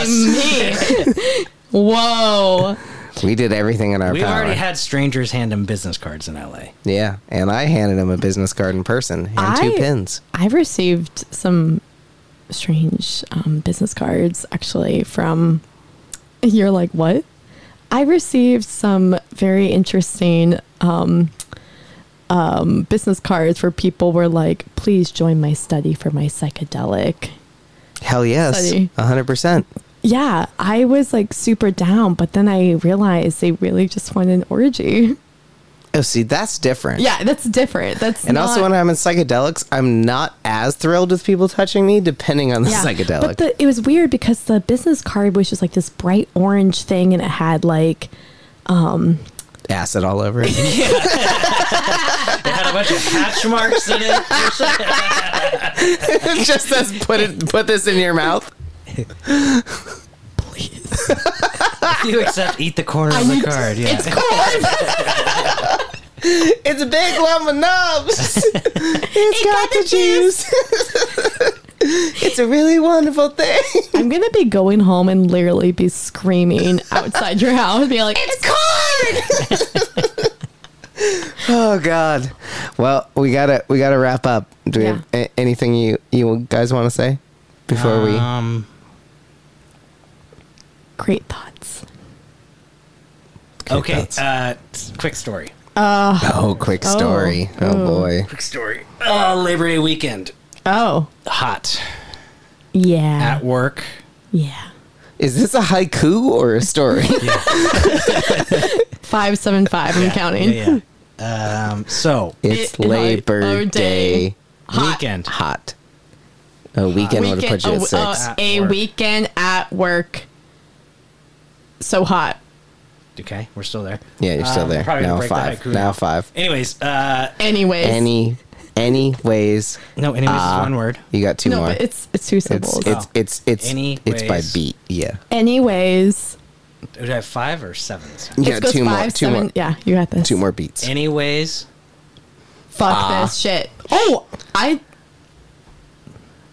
that blame me. Whoa!
We did everything in our
We
power.
already had strangers hand him business cards in LA.
yeah. And I handed him a business card in person and
I-
two pins.
I've received some strange um, business cards actually from. You're like what? I received some very interesting um, um, business cards where people were like, "Please join my study for my psychedelic."
Hell yes.
Study.
100%.
Yeah, I was like super down, but then I realized they really just want an orgy.
Oh, see, that's different.
Yeah, that's different. That's
And also, when I'm in psychedelics, I'm not as thrilled with people touching me, depending on the psychedelic.
But the, it was weird because the business card was just like this bright orange thing, and it had like
Acid all over it.
They had a bunch of hatch marks in it.
It just says put it put this in your mouth.
If you accept eat the corner of the card. Yeah.
It's a big lump of nubs. it's got, the juice. it's a really wonderful thing.
I'm gonna be going home and literally be screaming outside your house, be like, "It's
Oh God. Well, we gotta we gotta wrap up. Do we
Yeah.
have a- anything you you guys want to say before we?
um,
great thoughts."
okay.
thoughts.
Uh, s- quick story.
Oh, quick
Oh.
story. Oh,
Oh.
boy.
Quick story. Uh, Labor Day weekend.
Oh,
Hot
yeah,
Uh-huh.
at work.
yeah.
Is this a haiku or a story?
Five seven five. I'm counting.
Yeah. yeah. um, so
it's
It-
Labor
Labor
Day.
Day. Hot.
weekend.
Hot. A weekend would have put you at six.
a, uh,
six.
a
At work.
weekend at work. So hot.
Okay, we're still there.
yeah, you're still
Um,
there.
probably gonna
Now
break the
five.
haiku
Now five.
Anyways, uh,
Anyways,
Any, any ways.
no. Anyways, is
Uh,
one word.
You got two
no,
more.
but it's it's two
it's
syllables.
it's, it's
Oh.
it's it's
Any
it's by
ways.
beat. Yeah.
Anyways,
Do I have five or sevens?
You
it
got
goes
two more.
five,
Two
seven-
more.
Yeah, you got this.
Two more Ah. beats.
Anyways,
Fuck this shit. Oh, I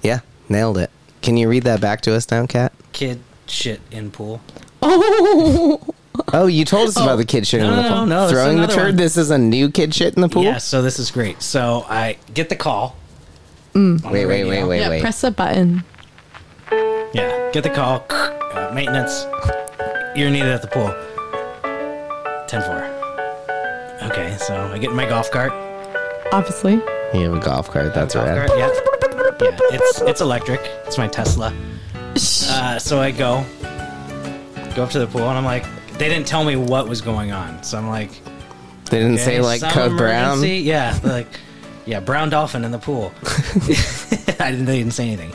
Yeah, nailed it. Can you read that back to us now, Kat?
kid shit in pool.
oh
Oh, you told us about the kid shit in
No,
the
no,
pool.
no, it's
Throwing the
another
turd.
one.
This is a new kid shit in the pool.
Yeah, so this is great. So I get the call. on
Wait,
the
wait, wait,
radio.
wait,
yeah.
wait.
Press the button.
Yeah, get the call. Uh, maintenance. You're needed at the pool. 10 4. Okay, so I get in my golf cart.
Obviously,
You have a golf cart. That's
Golf
rad.
cart, yeah. Yeah, it's, it's electric. It's my Tesla. Uh, so I go, go up to the pool, and I'm like, they didn't tell me what was going on. So I'm like,
They didn't say
"Okay,
like
some
code brown.
emergency?" Yeah, like, yeah, brown dolphin in the pool. I didn't, they didn't say anything.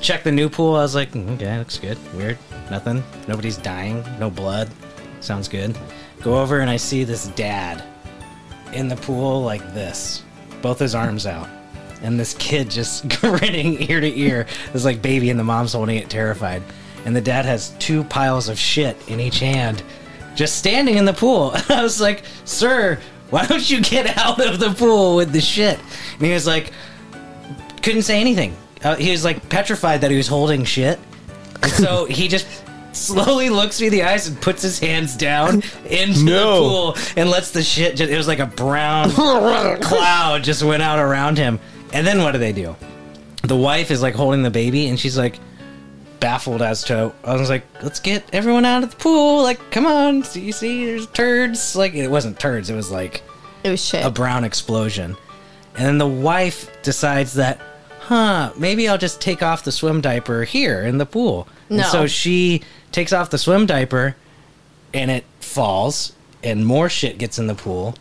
Check the new pool. I was like, "Mm, okay, looks good. Weird. Nothing. Nobody's dying. No blood. Sounds good. Go over and I see this dad in the pool like this, both his arms out. And this kid just grinning ear to ear. This like baby and the mom's holding it terrified. And the dad has two piles of shit in each hand, just standing in the pool. And I was like, sir, why don't you get out of the pool with the shit? And he was like, couldn't say anything. Uh, he was like petrified that he was holding shit. And so he just slowly looks me in the eyes and puts his hands down
No.
into the pool and lets the shit just, it was like a brown cloud just went out around him. And then what do they do? The wife is like holding the baby and she's like baffled as to I was like, let's get everyone out of the pool. Like, come on, see you see there's turds. Like it wasn't turds, it was like
it was shit.
a brown explosion. And then the wife decides that, huh, maybe I'll just take off the swim diaper here in the pool. And
No.
so she takes off the swim diaper and it falls and more shit gets in the pool.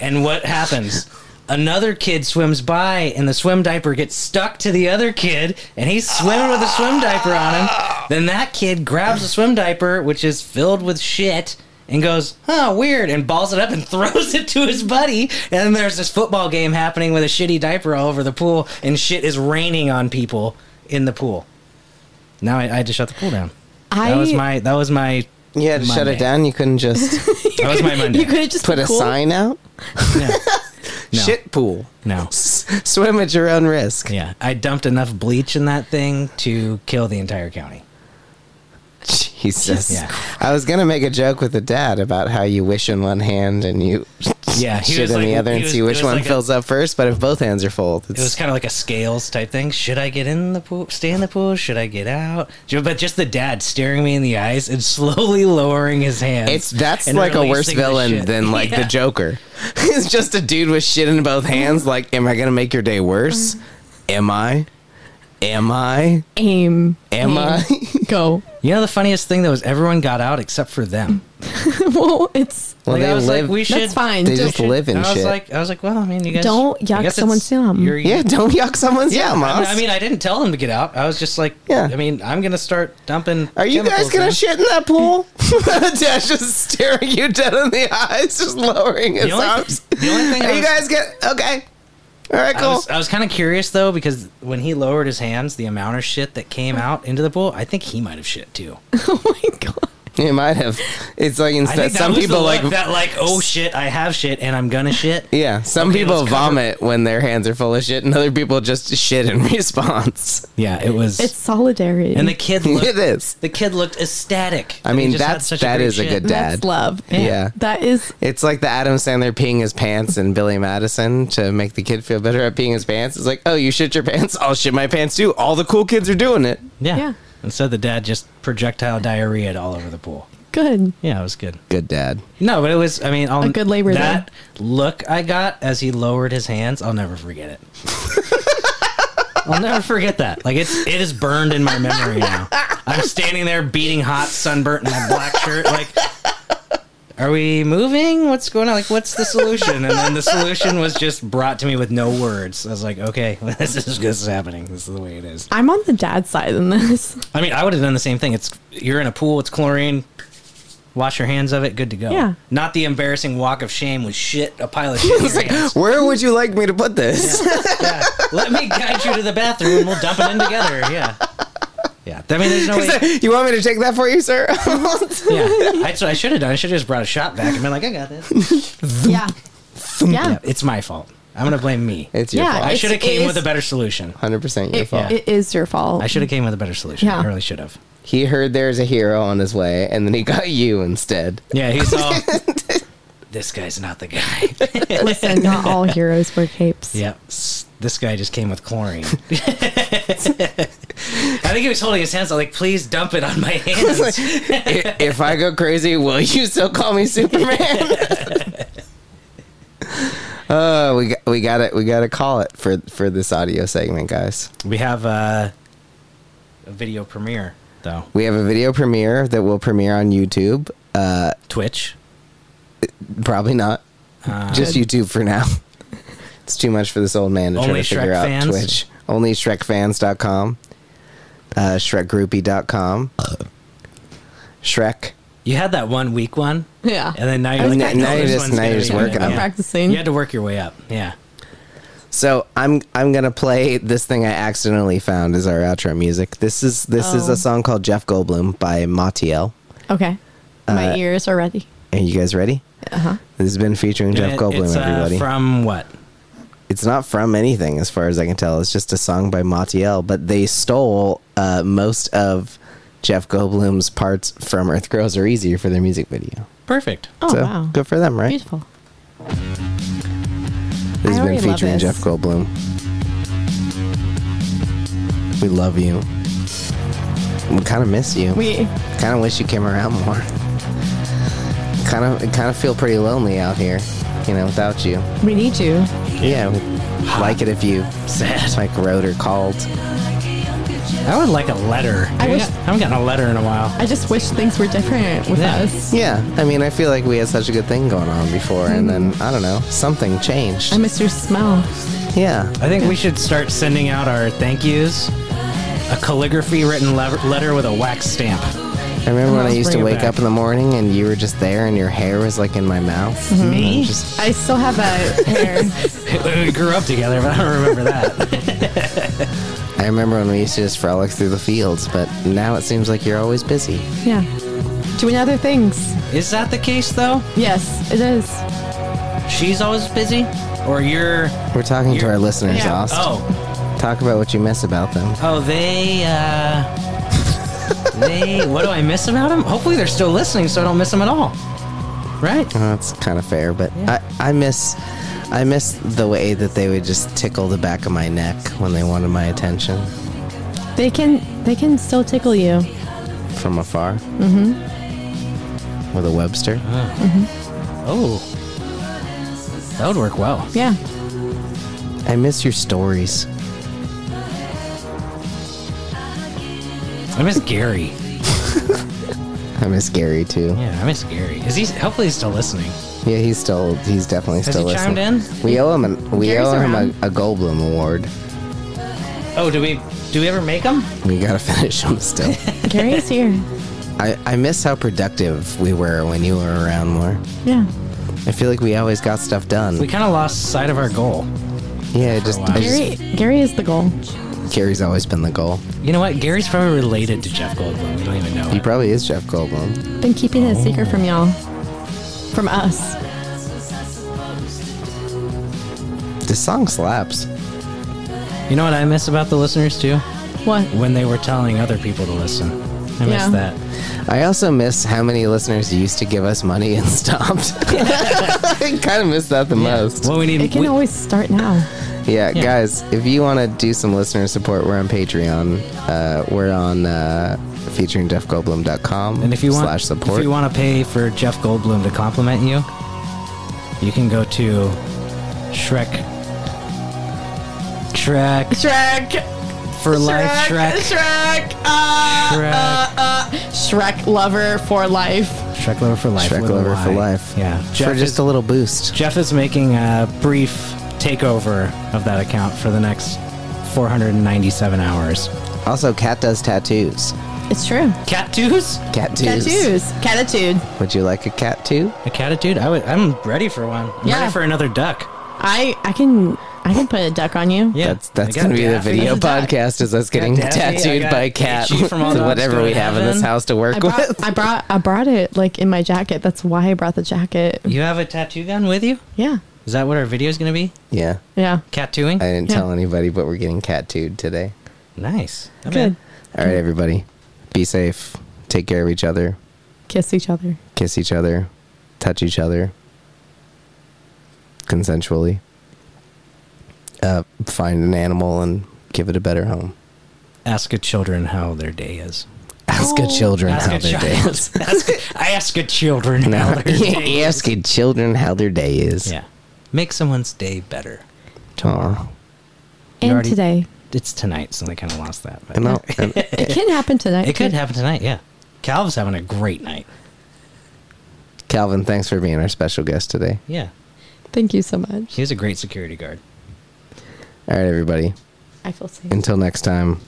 and what happens? Another kid swims by and the swim diaper gets stuck to the other kid and he's swimming with a swim diaper on him. Then that kid grabs the swim diaper, which is filled with shit, and goes, huh, weird, and balls it up and throws it to his buddy. And then there's this football game happening with a shitty diaper all over the pool, and shit is raining on people in the pool. Now I, I had to shut the pool down. that was
I-
my that was my
You had to shut
Monday.
it down. You couldn't just
that was my Monday.
You could have just
put
been
a
cool.
sign out.
No. No.
Shit pool.
No.
S- swim at your own risk.
Yeah, I dumped enough bleach in that thing to kill the entire county.
Jesus.
Yeah.
I was gonna make a joke with the dad about how you wish in one hand and you
Yeah, he
shit
was
in
like-
the other
he
and
was-
see
it
which
was
one
like a-
fills up first. But if both hands are full, it's,
It was kind of like a scales type thing. Should I get in the pool? Stay in the pool? Should I get out? Ju- But just the dad staring me in the eyes and slowly lowering his hands.
it's that's
and
like a worse
releasing the
villain
shit.
than like the
Yeah.
Joker. it's just a dude with shit in both hands. Like, am I gonna make your day worse? Am I? Am I?
Aim.
Am I?
Go.
You know the funniest thing though is everyone got out except for them.
well, it's
Well,
like
they
I was
live.
like, we should.
that's fine.
they
Just-
just live in
I was
shit.
like, I was like, well, I mean, you guys
Don't
I
yuck
guess it's
someone's yum.
your-
yeah, don't yuck someone's
Yeah,
yum.
I mean,
Oz.
I mean, I didn't tell them to get out. I was just like,
Yeah.
I mean, I'm gonna start dumping.
Are you guys
chemicals
gonna
now.
shit in that pool? Dash is staring you dead in the eyes, just lowering his
The only-
arms.
the only thing I
Are you
was-
guys get okay? All right,
I
cool.
was, I was kind of curious though because when he lowered his hands, the amount of shit that came out into the pool, I think he might have shit too.
oh my god.
you might have. It's like
I
instead,
think that
some
was the
people
look
like
that, like, oh shit, I have shit and I'm gonna shit.
yeah, some
Okay,
people
let's cover-
vomit when their hands are full of shit, and other people just shit in response.
Yeah, it was.
It's solidarity.
and the kid
it
looked.
is.
the kid looked ecstatic.
I
that he
mean,
just had
that's
such
that
great
is a
shit.
good
that's
dad.
love.
Yeah.
That is
It's like the Adam Sandler peeing his pants and Billy Madison to make the kid feel better at peeing his pants. It's like, oh, you shit your pants? I'll shit my pants too. All the cool kids are doing it.
Yeah.
Yeah.
Instead, the dad just projectile diarrhea all over the pool.
good.
Yeah, it was good.
Good dad.
No, but it was. I mean, I'll,
A good Labor Day.
That look I got as he lowered his hands, I'll never forget it. I'll never forget that. Like it's it is burned in my memory now. I'm standing there beating hot, sunburnt in my black shirt. Like, are we moving? What's going on? Like, what's the solution? And then the solution was just brought to me with no words. I was like, okay, this is this is happening. This is the way it is.
I'm on the dad side in this.
I mean, I would have done the same thing. It's you're in a pool. It's chlorine. Wash your hands of it. Good to go.
Yeah.
Not the embarrassing walk of shame with shit a pile of shit. in your hands.
Where would you like me to put this?
Yeah. Let me guide you to the bathroom. and We'll dump it in together. Yeah. Yeah. I mean, there's no way.
you want me to take that for you, sir?
Yeah. That's what I should have done. I should have just brought a shot back and been like, I got this.
yeah. Yeah.
Yeah, it's my fault. I'm gonna blame me.
it's your
Yeah,
fault.
I should have
It's-
came
it
with
is-
a better solution.
Hundred percent your
It,
fault.
it is your fault.
I should have came with a better solution.
Yeah.
I really should have.
He heard there's a hero on his way, and then he got you instead.
Yeah. He saw. this guy's not the guy.
Listen, not all heroes wear capes.
Yeah, s- this guy just came with chlorine. I think he was holding his hands. out like, please dump it on my hands.
I- if I go crazy, will you still call me Superman? Oh, we got, we got it. We got to call it for for this audio segment, guys.
we have uh, a video premiere though.
We have a video premiere that will premiere on YouTube. Uh,
Twitch. Um,
probably not. Just YouTube for now. It's too much for this old man to try
Only
to figure
Shrek
out
fans?
Twitch. Only ShrekFans.com. Uh, ShrekGroupie.com. Shrek.
You had that one week one,
Yeah.
and then now
I
you're
was
like,
kinda
"No,
now you're
this
just-
one's
now
gonna
you're just
be
working
good."
on it.
Yeah.
Practicing.
You had to work your way up. Yeah.
So I'm I'm gonna play this thing I accidentally found as our outro music. This is this is
Oh.
a song called Jeff Goldblum by Matiel.
Okay. My ears are ready.
And you guys ready?
Uh huh.
This has been featuring Jeff
It-
Goldblum,
it's, uh,
everybody.
from what?
it's not from anything as far as I can tell. It's just a song by Matiel, but they stole uh, most of Jeff Goldblum's parts from Earth Girls Are Easier for their music video.
Perfect.
Oh
so
wow.
good for them, right?
Beautiful.
This has
I
been
already love
featuring
this.
Jeff Goldblum. We love you. We kind of miss you.
We
kind of wish you came around more. Kind of, kind of feel pretty lonely out here, you know, without you.
we need you.
Yeah, we'd like it if you
Sad.
like wrote or called.
I would like a letter.
I
I,
wish-
haven't gotten a letter in a while.
I just wish things were different with
Yeah.
us.
Yeah, I mean, I feel like we had such a good thing going on before, and then I don't know, something changed.
I miss your smell.
yeah,
I think we should start sending out our thank yous. A calligraphy written lev- letter with a wax stamp.
I remember when I
let's
used to
bring it
wake
back.
up in the morning and you were just there and your hair was like in my mouth.
Me?
Just
I still have that hair.
we grew up together, but I don't remember that.
I remember when we used to just frolic through the fields, but now it seems like you're always busy.
Yeah. Doing other things.
Is that the case though?
Yes, it is.
She's always busy, or you're?
We're talking to
You're-
our listeners,
Yeah.
Ost.
Oh,
Talk about what you miss about them.
oh, they. uh... they. What do I miss about them? Hopefully, they're still listening, so I don't miss them at all. Right?
Well, that's kind of fair, but I, I miss I miss the way that they would just tickle the back of my neck when they wanted my attention
They can they can still tickle you.
from afar. Mm-hmm.
Mm-hmm.
With a Webster.
Oh, that would work well.
Yeah.
I miss your stories.
I miss Gary.
I miss Gary too. Yeah,
Yeah, I miss Gary. Is he? Hopefully, he's still listening.
he's still he's definitely
Has
still
he
listening.
chimed in?
We owe him an, we
Gary's
owe him
around.
a, a Goldblum award.
Oh, do we? Do we ever make him?
We gotta finish him still.
Gary's here.
I, I miss how productive we were when you were around more.
Yeah.
I feel like we always got stuff done.
We kind of lost sight of our goal.
yeah, it just,
a
I
while.
just-
Gary Gary is the goal.
Gary's always been the goal.
You know what? Gary's probably related to Jeff Goldblum. We don't even know.
He
it.
probably is Jeff Goldblum.
Been keeping it a secret from y'all. From us.
This song slaps.
You know what I miss about the listeners too?
What?
When they were telling other people to listen. I miss
Yeah.
that.
I also miss how many listeners used to give us money and stopped. I kind of miss that the most.
Well, we need.
It can
we-
always start now.
yeah,
yeah.
guys, if you want to do some listener support, we're on Patreon. Uh, we're on uh, featuring jeffgoldblum.com
and if you want,
slash support.
if you want to pay for Jeff Goldblum to compliment you, you can go to Shrek. Shrek
Shrek!
for life. Shrek.
Shrek! Uh,
Shrek.
Shrek lover for life.
Shrek lover for life.
Shrek
with a
Lover for
Y.
Life.
Yeah.
for
Jeff
just
is-
a little boost.
Jeff is making a brief takeover of that account for the next 497 hours.
Also, Cat does tattoos.
It's true.
Cat twos?
Cat
Tattoos. Catitude.
Would you like a cat too?
A catitude? I would, I'm ready for one. I'm
Yeah.
ready for another duck.
I I can I can put a duck on you.
Yeah.
That's that's
I got
gonna be the
Daffy.
video
That's a duck.
podcast. Is us getting
Daffy, I
tattooed
got
by cat?
Itchy from All Dogs
whatever
Go
we
to
have in this
Heaven.
house to work
I brought,
with.
I brought I brought it like in my jacket. That's why I brought the jacket.
You have a tattoo gun with you?
Yeah.
Is that what our video is going to be?
Yeah,
Yeah.
Tattooing?
I didn't
Yeah.
tell anybody, but we're getting tattooed today.
nice. I'm
Good.
in.
All right, everybody, be safe. Take care of each other.
Kiss each other.
Kiss each other. Touch each other. Consensually. Uh, find an animal and give it a better home.
Ask a children how their day is.
Ask a
Oh.
children
Ask
how
a
their day
child.
is.
ask, I ask a children how
No,
their day is.
ask a children how their day is.
Yeah. Make someone's day better.
Aw.
You
And
already-
today.
It's tonight, so they kind of lost that. but-
And I'll- and-
It can happen tonight.
It could
too.
happen tonight, yeah. Calv's having a great night.
Calvin, thanks for being our special guest today.
Yeah.
Thank you so much.
He was a great security guard.
All right, everybody.
I feel safe.
Until next time.